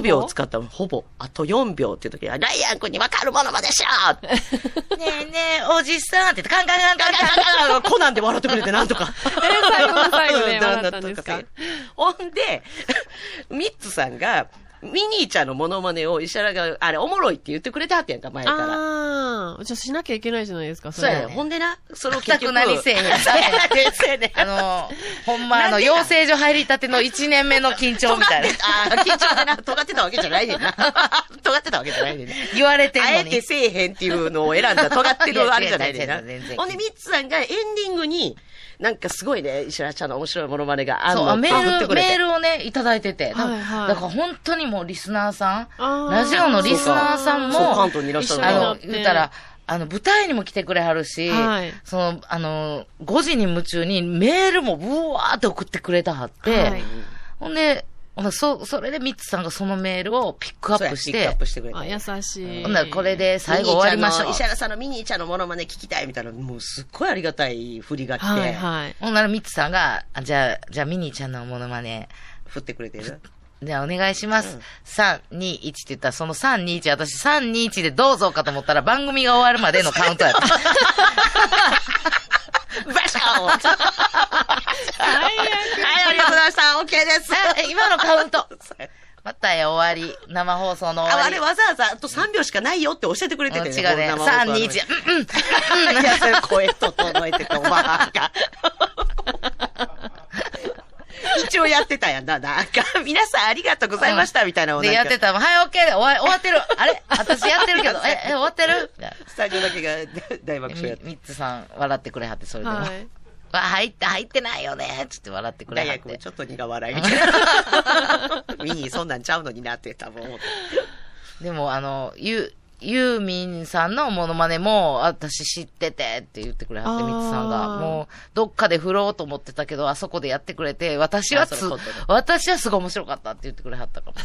Speaker 3: 秒使ったのほぼ、あと4秒っていう時は、ライアン君にわかるものまでしょって
Speaker 4: ねえねえ、おじさんって言って、カンカンカンカンカン
Speaker 3: コナンで笑ってくれて、なんとか。
Speaker 5: 最後の最後で 笑ったんですか
Speaker 3: ほんで、 ミッツさんが、ミニーちゃんのモノマネを石原が、あれ、おもろいって言ってくれてはってやんか、前から。
Speaker 5: ああ、じゃあしなきゃいけないじゃないですか、そ
Speaker 4: そう
Speaker 5: れ。
Speaker 4: やね
Speaker 3: ほんでな、それを結
Speaker 4: 全
Speaker 3: 局。
Speaker 4: く何せえへん。
Speaker 3: せえねん。
Speaker 4: あの、ほんまあの、養成所入りたての1年目の緊張みたいな。
Speaker 3: あー緊張だな。尖ってたわけじゃないねんな。尖ってたわけじゃないねんな。
Speaker 4: 言われてる
Speaker 3: あ
Speaker 4: の
Speaker 3: えて
Speaker 4: に。
Speaker 3: せえへんっていうのを選んだ尖ってるあれじゃないねんな
Speaker 4: いや違う違う違う全。然
Speaker 3: ほんで、ミッツさんがエンディングに、なんかすごいね、石原ちゃんの面白いモノマネがある
Speaker 4: そう、
Speaker 3: の
Speaker 4: あ
Speaker 3: って
Speaker 4: メ
Speaker 3: 送って
Speaker 4: ー
Speaker 3: く
Speaker 4: ル、
Speaker 3: れて
Speaker 4: メールをね、いただいてて。
Speaker 5: はいはい
Speaker 4: だから本当にもうリスナーさ
Speaker 5: あ
Speaker 4: ん、
Speaker 5: ー
Speaker 4: ラジオのリスナーさん
Speaker 3: そう関
Speaker 4: も、
Speaker 3: 東にいらっしゃる
Speaker 4: あ
Speaker 3: な
Speaker 4: の、言ったら、、あの、舞台にも来てくれはるし、
Speaker 5: はい
Speaker 4: その、あの、5時に夢中にメールもブワーって送ってくれたはって、
Speaker 5: はい
Speaker 4: ほんで、ほなそ、それでミッツさんがそのメールをピックアップし
Speaker 3: そうやピックア
Speaker 4: て
Speaker 3: ップ、してくれて。
Speaker 5: あ、優しい。
Speaker 4: ほんならこれで最後終わりましょう
Speaker 3: ミニーちゃんの。石原さんのミニーちゃんのモノマネ聞きたいみたいな、もうすっごいありがたい振りが来て、
Speaker 5: はいはい。
Speaker 4: ほんならミッツさんが、あじゃあ、じゃあミニーちゃんのモノマネ、
Speaker 3: 振ってくれてる。
Speaker 4: じゃあお願いします。3、2、1って言ったら、その3、2、1、私3、2、1でどうぞかと思ったら番組が終わるまでのカウントやった。
Speaker 3: バシャーンはい、ありがとうございました。OK です。
Speaker 4: え今のカウント。またや終わり。生放送の終
Speaker 3: あ
Speaker 4: わ
Speaker 3: あ
Speaker 4: り。
Speaker 3: れわざわざあと3秒しかないよって教えてくれて
Speaker 4: うん
Speaker 3: て
Speaker 4: 違うね。
Speaker 3: こんな
Speaker 4: 3、
Speaker 3: もん
Speaker 4: 2、1。うんうん。
Speaker 3: いや、それ声整えてたおばあが。一応やってたやんな。なんか、皆さんありがとうございました、みたいなのをなん
Speaker 4: で、
Speaker 3: か
Speaker 4: やってたもん。はい、オッケーで終わ終わってる。あれ私やってる けど。え、え、終わってる
Speaker 3: スタジオだけが大爆笑やって。
Speaker 4: みミッツさん、笑ってくれはって、それでも。
Speaker 5: は
Speaker 4: わ
Speaker 5: い。
Speaker 4: 入って、入ってないよね。つって笑ってくれ
Speaker 3: 大
Speaker 4: はっ
Speaker 3: 学も
Speaker 4: て。
Speaker 3: ちょっと苦笑いみたいな。 ミニーそんなんちゃうのになって多分思って。
Speaker 4: でも、あの、ゆ、ユーミンさんのモノマネも、私知っててって言ってくれはって、
Speaker 5: あー
Speaker 4: ミッツさんが。もう、どっかで振ろうと思ってたけど、あそこでやってくれて、私は
Speaker 3: あ
Speaker 4: つ
Speaker 3: それ今度ね、
Speaker 4: 私はすごい面白かったって言ってくれはったかも。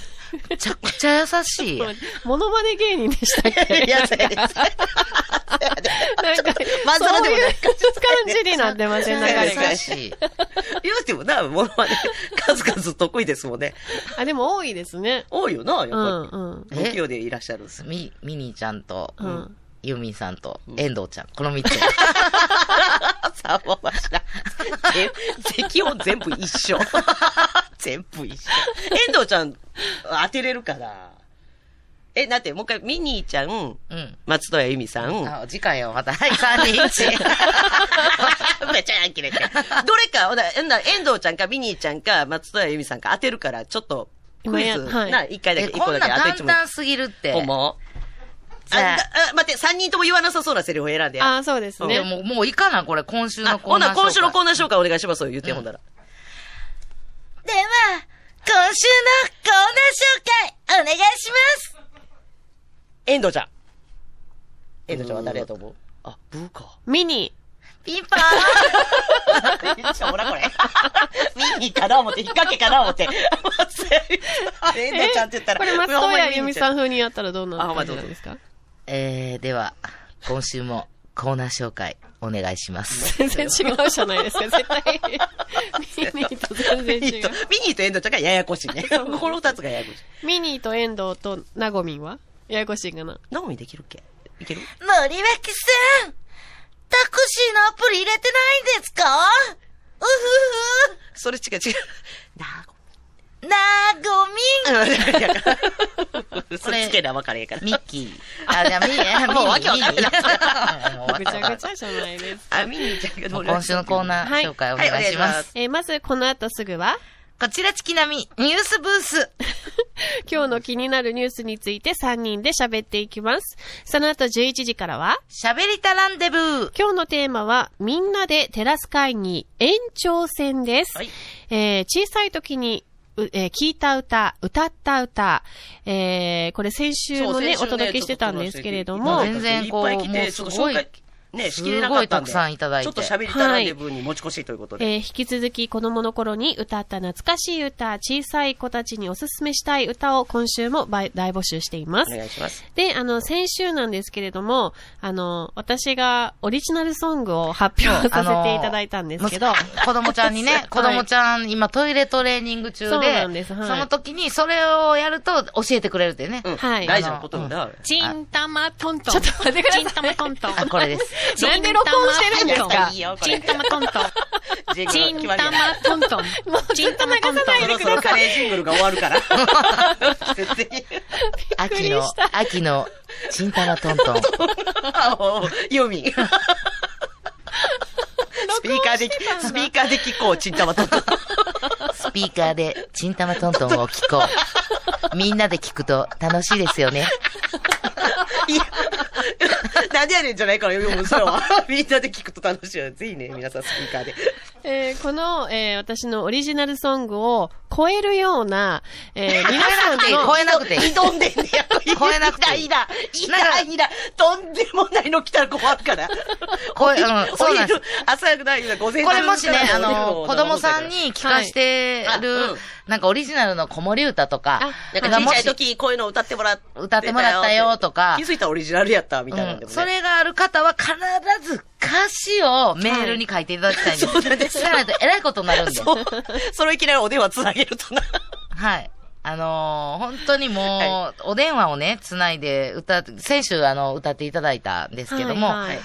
Speaker 4: めちゃくちゃ優し い。
Speaker 5: モノマネ芸人で したっけ
Speaker 3: いや、そうやね。
Speaker 5: なんか、
Speaker 3: まんざら
Speaker 5: そう
Speaker 3: でも
Speaker 5: い
Speaker 3: な
Speaker 5: う
Speaker 3: い
Speaker 5: 感じになってません、流 れが
Speaker 3: が
Speaker 4: 優しい。
Speaker 3: 言うてもな、ものまね、数々得意ですもんね。
Speaker 5: あ、でも多いですね。
Speaker 3: 多いよな、やっ
Speaker 5: うん、う
Speaker 3: ぱ
Speaker 5: ん。
Speaker 3: り。不器用でいらっしゃるんですよ。
Speaker 4: ミ、ミニーちゃんと、
Speaker 5: うん
Speaker 4: ユーミンさんと、遠藤ちゃん。この3つ。
Speaker 3: さあ、まましら。適温全部一緒。 全部一緒。遠藤ちゃん、当てれるかなえ、だって、もう一回、ミニーちゃん、
Speaker 4: うん。
Speaker 3: 松任谷由実さん、
Speaker 4: あ、次回はまた、はい、3、2、1。
Speaker 3: めちゃやん切れて。どれか、ほな、ほな遠藤ちゃんか、ミニーちゃんか、松任谷由実さんか当てるから、ちょっと、クイズ、
Speaker 5: 今やはい
Speaker 3: な、一回だ
Speaker 4: え、
Speaker 3: け、一
Speaker 4: こ
Speaker 3: 個
Speaker 4: ん
Speaker 3: だ
Speaker 4: な
Speaker 3: け当て
Speaker 4: 簡
Speaker 3: ちまう
Speaker 4: 単すぎるって。
Speaker 3: 思う。あだあ待って、3人とも言わなさそうなセリフを選んでや。
Speaker 5: ああ、そうです
Speaker 4: いや
Speaker 5: ね。
Speaker 4: もう、もういいかな、これ、今週
Speaker 3: あ
Speaker 4: のコ
Speaker 3: ほ
Speaker 4: ーナー
Speaker 3: な、
Speaker 4: 紹介。
Speaker 3: 今週のコーナー紹介お願いしますよ、言って、ほんなら。
Speaker 1: では、今週のコーナー紹介、お願いします
Speaker 3: エンドちゃん。エンドちゃんは誰やと思うあ、ブーか。
Speaker 5: ミニ。
Speaker 1: ピンポーン
Speaker 3: ほらこれ。 ミニーかな思って、引っ掛けかな 思って。 エンドちゃんって言ったら。
Speaker 5: これ、松任谷由実さん風にやったらどうな
Speaker 3: あほんま
Speaker 5: る
Speaker 3: どうぞ
Speaker 5: んですか
Speaker 4: えー、では、今週もコーナー紹介お願いします。
Speaker 5: 全然違うじゃないですか、絶対。 ミニーと全
Speaker 3: ミ
Speaker 5: 然
Speaker 3: ニ
Speaker 5: 違
Speaker 3: ーと
Speaker 5: う。、
Speaker 3: ミニーとエンドちゃんがややこしいね。この二つがややこしい。
Speaker 5: ミニーと遠藤とナゴミンはややこしいかな。
Speaker 3: ナオミできるっけいける
Speaker 1: 森脇さんタクシーのアプリ入れてないんですかうふふ
Speaker 3: それ違う違う。 な
Speaker 1: なーごみん
Speaker 3: あ、 ごめん。それつけな分かれへんから。
Speaker 4: ミッキー。あ、じゃあ、ミッキ ー。
Speaker 3: もうわけわかんない
Speaker 5: ぐちゃぐちゃじゃないです。
Speaker 3: あ、ミニーちゃんがどう
Speaker 4: 今週のコーナー紹介お願いします。。
Speaker 5: えーまず、この後すぐは、
Speaker 4: こちらチキナミ、ニュースブース。
Speaker 5: 今日の気になるニュースについて3人で喋っていきます。その後11時からは、
Speaker 4: 喋りたランデブー。
Speaker 5: 今日のテーマは、みんなでテラス会議延長戦です。
Speaker 3: はい
Speaker 5: えー小さい時に、うえー聞いた歌、歌った歌、えーこれ先週もね、お届けしてたんですけれども、
Speaker 4: 全然こう
Speaker 3: いっぱい来て
Speaker 4: もうすご
Speaker 3: ちょっ
Speaker 4: い
Speaker 3: と紹介ね、しきれなかったんで。
Speaker 4: すごいたくさんいただい
Speaker 3: ちょ
Speaker 4: て
Speaker 3: っと喋りたらレブに持ち越しということで。
Speaker 5: えー引き続き子供の頃に歌った懐かしい歌、小さい子たちにおすすめしたい歌を今週もばい大募集しています
Speaker 3: お。願いします。
Speaker 5: で、あの、先週なんですけれども、あの、私がオリジナルソングを発表させていただいたんですけど、
Speaker 4: あの息子子供ちゃん にね、子供ちゃん、今トイレトレーニング中で、
Speaker 5: そうなんですはい
Speaker 4: その時にそれをやると教えてくれるってね。
Speaker 3: うん
Speaker 5: はい
Speaker 3: 大事なことだ。
Speaker 6: チンタマトントン。ちょっと待ってください。チンタマトントン。
Speaker 4: あ、これです。
Speaker 5: なんで録音してるんですか
Speaker 3: いいよこれ
Speaker 6: チンタマトントン。
Speaker 3: ジングル
Speaker 6: チン
Speaker 3: 決まり
Speaker 6: タ
Speaker 3: や
Speaker 6: マトントン。チンタマトントン。
Speaker 3: そろそろカレージングルが終わるから。絶対
Speaker 4: 秋の、秋の、チンタラトントン。
Speaker 3: あおユーミン。 スピーカーで、スピーカーで聞こう、ちんたまと。
Speaker 4: スピーカーで、チンタマトントンを聞こう。みんなで聞くと楽しいですよね。
Speaker 3: いや、 なんでやねんじゃないから、もうそれは。 みんなで聞くと楽しいよ。ぜひね、皆さんスピーカーで。
Speaker 5: えーこの、えー私のオリジナルソングを超えるような、えー皆さん
Speaker 4: え
Speaker 5: の
Speaker 4: 超えなくていい。
Speaker 3: 挑んでんねや。
Speaker 4: 超えなくていい
Speaker 3: いだ、いだ、いだ、いだ。とんでもないの来たら困るから。
Speaker 4: 超え、うん、そうなんです。
Speaker 3: 朝くない午前中
Speaker 4: これもしね、
Speaker 3: から
Speaker 4: あの、子供さん。に聞かしてる
Speaker 3: はいあうん、
Speaker 4: なんかオリジナルの子守歌とか、
Speaker 3: なんかちっ
Speaker 4: がも
Speaker 3: ちゃい
Speaker 4: し
Speaker 3: 時、こういうの歌ってもらってたよ。
Speaker 4: 歌ってもらったよとか
Speaker 3: 気づいたらオリジナルやった、みたいなんでも
Speaker 4: うん
Speaker 3: ね。
Speaker 4: それがある方は必ず歌詞をメールに書いていただきたいんです。
Speaker 3: はいそうなんです
Speaker 4: じゃないとえらいことになるんで。
Speaker 3: そう。それいきなりお電話つなげるとな。
Speaker 4: はい。あのー本当にもう、
Speaker 3: は
Speaker 4: お電話をね、つないで歌って、先週あの、歌っていただいたんですけども、
Speaker 5: はいはい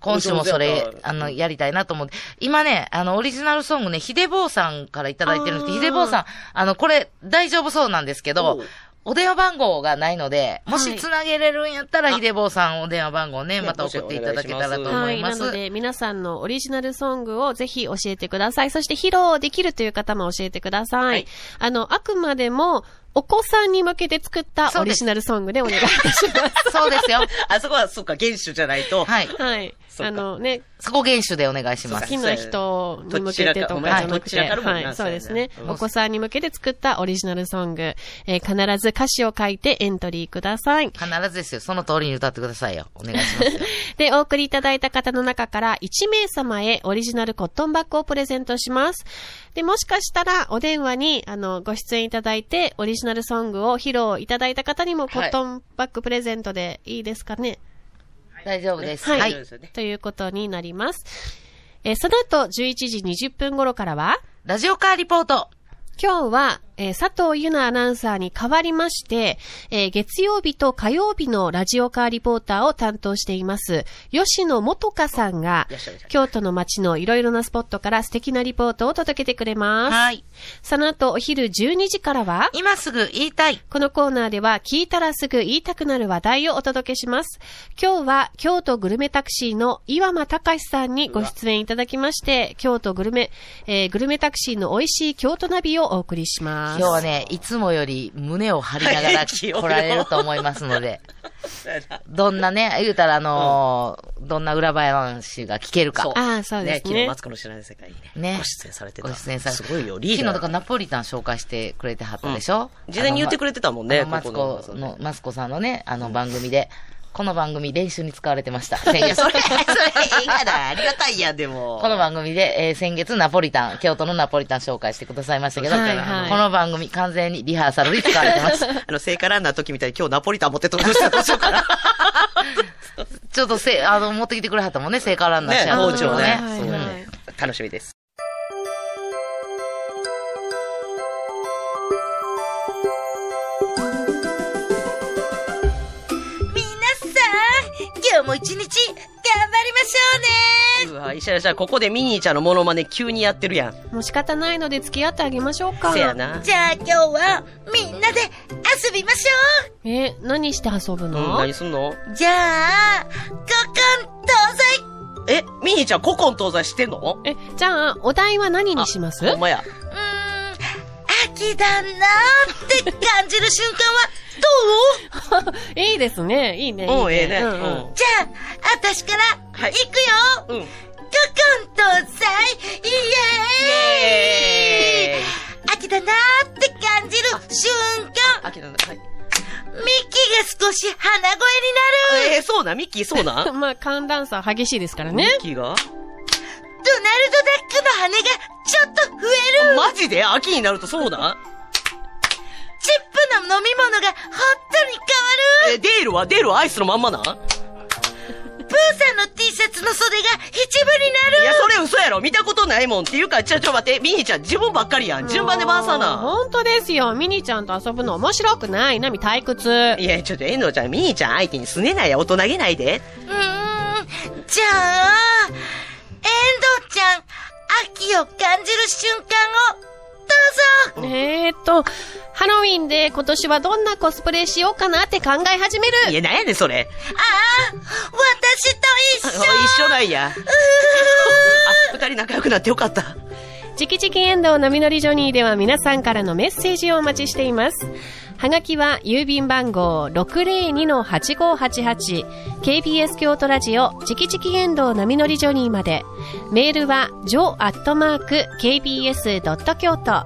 Speaker 4: 今週もそ
Speaker 3: お上
Speaker 4: れ
Speaker 3: 手やっ、た
Speaker 4: あの、やりたいなと思って。今ね、あの、オリジナルソングね、ひでぼうさんからいただいてるんですけど、
Speaker 5: あー
Speaker 4: ひでぼうさん、あの、これ、大丈夫そうなんですけど、お電話番号がないので、も
Speaker 5: は
Speaker 4: し
Speaker 5: い
Speaker 4: つなげれるんやったら、ひでぼうさんお電話番号ね、
Speaker 3: ね
Speaker 4: また送っていただけたらと
Speaker 3: もしお
Speaker 4: 思
Speaker 5: はいい。
Speaker 4: ま
Speaker 5: な
Speaker 4: す。
Speaker 5: ので、皆さんのオリジナルソングをぜひ教えてください。そして、披露できるという方も教えてください。
Speaker 3: はい
Speaker 5: あの、あくまでも、お子さんに向けて作ったオリジナルソングでお願いいたします。
Speaker 4: そうですよ。
Speaker 3: あそこは、そっか、厳守じゃないと。
Speaker 4: はい。
Speaker 5: はい。
Speaker 3: そうか
Speaker 5: あのね、
Speaker 4: そこ厳守でお願いしま
Speaker 5: 好
Speaker 4: す。
Speaker 5: きな人に向けてとかじゃなくて、
Speaker 3: はい
Speaker 5: はい、そうですね。
Speaker 3: うん
Speaker 5: お子さんに向けて作ったオリジナルソング、えー必ず歌詞を書いてエントリーください。
Speaker 4: 必ずですよ。その通りに歌ってくださいよ。お願いしますよ。
Speaker 5: で、お送りいただいた方の中から1名様へオリジナルコットンバッグをプレゼントします。で、もしかしたらお電話に、あの、ご出演いただいて、オリジナルソングを披露いただいた方にもコットンバッグプレゼントでいいですかね、
Speaker 4: 大丈夫です。
Speaker 5: はい
Speaker 4: は
Speaker 3: 大丈夫
Speaker 4: い
Speaker 3: で。すよね
Speaker 5: ということになります。えーその後、11時20分頃からは、
Speaker 4: ラジオカーリポート。
Speaker 5: 今日は、えー佐藤ゆなアナウンサーに代わりまして、えー月曜日と火曜日のラジオカーリポーターを担当しています、吉野元香さんが
Speaker 3: いらっしゃいまし、た
Speaker 5: 京都の街のいろいろなスポットから素敵なリポートを届けてくれます。
Speaker 4: はい。
Speaker 5: その後、お昼12時からは、
Speaker 4: 今すぐ言いたい。
Speaker 5: このコーナーでは聞いたらすぐ言いたくなる話題をお届けします。今日は京都グルメタクシーの岩間隆さんにご出演いただきまして、京都グルメ、えーグルメタクシーの美味しい京都ナビをお送りします。
Speaker 4: 今日はね、いつもより胸を張りなが
Speaker 3: は
Speaker 4: ら
Speaker 3: い
Speaker 4: 来られると思いますので、どんなね、言うたらあのーどんな裏話が聞けるか。
Speaker 3: そう
Speaker 5: ああ、そうです
Speaker 3: 昨日
Speaker 5: ね。
Speaker 3: マツコの知らない世界にね
Speaker 4: ね
Speaker 3: ご出演されてた。
Speaker 4: ご出演され
Speaker 3: すごいよ、リーダ
Speaker 4: 昨日
Speaker 3: ー。
Speaker 4: だからナポリタン紹介してくれてはったでしょ、
Speaker 3: うん事前に言ってくれてたもんね
Speaker 4: あのマツ
Speaker 3: ここ
Speaker 4: コ
Speaker 3: の
Speaker 4: の、マツコさんのね、あの番組で、この番組練習に使われてました。先月。
Speaker 3: それ、それ、ええがな。ありがたいやん、でも。
Speaker 4: この番組で、えー先月ナポリタン、京都のナポリタン紹介してくださいましたけど、
Speaker 5: はいはい
Speaker 4: この番組完全にリハーサルに使われてました。
Speaker 3: あの、聖火ランナーの時みたいに今日ナポリタン持ってってどうしたどうしようかな。
Speaker 4: ちょっとせ、あの、持ってきてくれはったもんね、聖火ランナーし
Speaker 3: ね
Speaker 4: ては
Speaker 3: 王
Speaker 4: った
Speaker 3: 朝
Speaker 4: もん
Speaker 3: ね
Speaker 5: あー。
Speaker 3: そう
Speaker 5: はいはい
Speaker 3: 楽しみです。
Speaker 1: みなさん、今日も一日頑張りましょうね
Speaker 3: うわ、石原ちゃん、ここでミニーちゃんのモノマネ急にやってるやん。
Speaker 5: もう仕方ないので付き合ってあげましょうか。
Speaker 3: せやな。
Speaker 1: じゃあ今日はみんなで遊びまし
Speaker 5: え、何して遊ぶ
Speaker 3: うん、
Speaker 5: の、
Speaker 3: 何すんの
Speaker 1: ょうじゃあ、古今東西
Speaker 3: え、ミニーちゃん、古今東西してんの
Speaker 5: え、じゃあ、お題は何にします
Speaker 3: ほんまや。
Speaker 1: うーん、秋だなーって感じる瞬間はどう
Speaker 5: いいですね。いいね。
Speaker 3: うん、
Speaker 5: い
Speaker 3: ええ
Speaker 5: い
Speaker 3: ね。う
Speaker 5: うんうん
Speaker 3: ん。
Speaker 1: じゃあ、私から
Speaker 3: はい
Speaker 1: 行くよ、
Speaker 3: うん。
Speaker 1: 古今東西イエーイ
Speaker 3: え
Speaker 1: 秋だなーって感じる瞬
Speaker 3: ー、
Speaker 1: 間、
Speaker 3: 秋なの。はい。
Speaker 1: ミッキーが少し鼻声になる、
Speaker 3: えー、そうなん、ミッキー、そうなん。
Speaker 5: まあ、寒暖差激しいですから
Speaker 3: ミ
Speaker 5: ね。
Speaker 3: ッキーが
Speaker 1: ドナルドダックの羽がちょっと増える
Speaker 3: マジで秋になるとそうなん
Speaker 1: チップの飲み物が本当に変わる
Speaker 3: えー、デールはデールはアイスのまんまなんい
Speaker 1: プーさんの T シャツの袖が一部になる
Speaker 3: や、それ嘘やろ見たことないもんっていうか、ちょ、ちょ、待って、ミニーちゃん、自分ばっかりやん。順番で回さな。
Speaker 5: 本当ですよ。ミニちゃんと遊ぶの面白くない。なみ退屈。
Speaker 3: いや、ちょっと、遠藤ちゃん、ミニーちゃん相手にすねないや、大人げないで。
Speaker 1: うーん、じゃあ、遠藤ちゃん、秋を感じる瞬間を、どうぞ
Speaker 5: えーっと、ハロウィンで今年はどんなコスプレしようかなって考え始め
Speaker 3: い
Speaker 5: る。
Speaker 3: や、なんやねん、それ。
Speaker 1: ああ、私と
Speaker 3: あ
Speaker 1: 一緒
Speaker 3: 一緒なんや。あ、二人仲良くなってよかった。
Speaker 5: チキチキエンドウ波乗りジョニーでは皆さんからのメッセージをお待ちしています。はがきは郵便番号 602-8588KBS 京都ラジオチキチキエンドウ波乗りジョニーまで。メールは jo.kbs.kyoto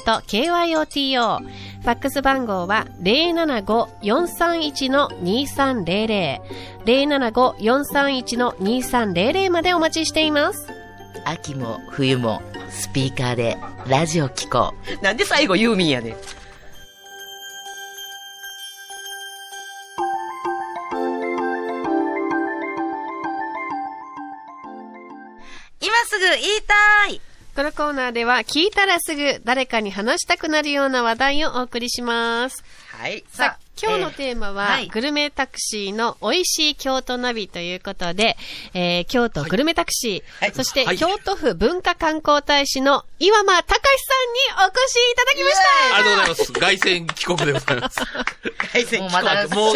Speaker 5: jo.kbs.kyoto ファックス番号は075-431-2300 075-431-2300までお待ちしています。
Speaker 4: 秋も冬もスピーカーでラジオ聞こう。
Speaker 3: なんで最後ユーミンやねん。
Speaker 1: 今すぐ言いたい
Speaker 5: このコーナーでは聞いたらすぐ誰かに話したくなるような話題をお送りします。
Speaker 3: はい。
Speaker 5: さあ、今日のテーマは、
Speaker 1: えーはい
Speaker 5: グルメタクシーの美味しい京都ナビということで、えー京都グルメタクシー、
Speaker 3: はい
Speaker 5: そして、
Speaker 3: はい
Speaker 5: 京都府文化観光大使の岩間隆さんにお越しいただきました
Speaker 7: ありがとうございます。凱旋帰国でございます。
Speaker 3: 回線
Speaker 4: もう
Speaker 3: 聞
Speaker 4: ま
Speaker 3: こ
Speaker 4: だ
Speaker 3: え
Speaker 7: もう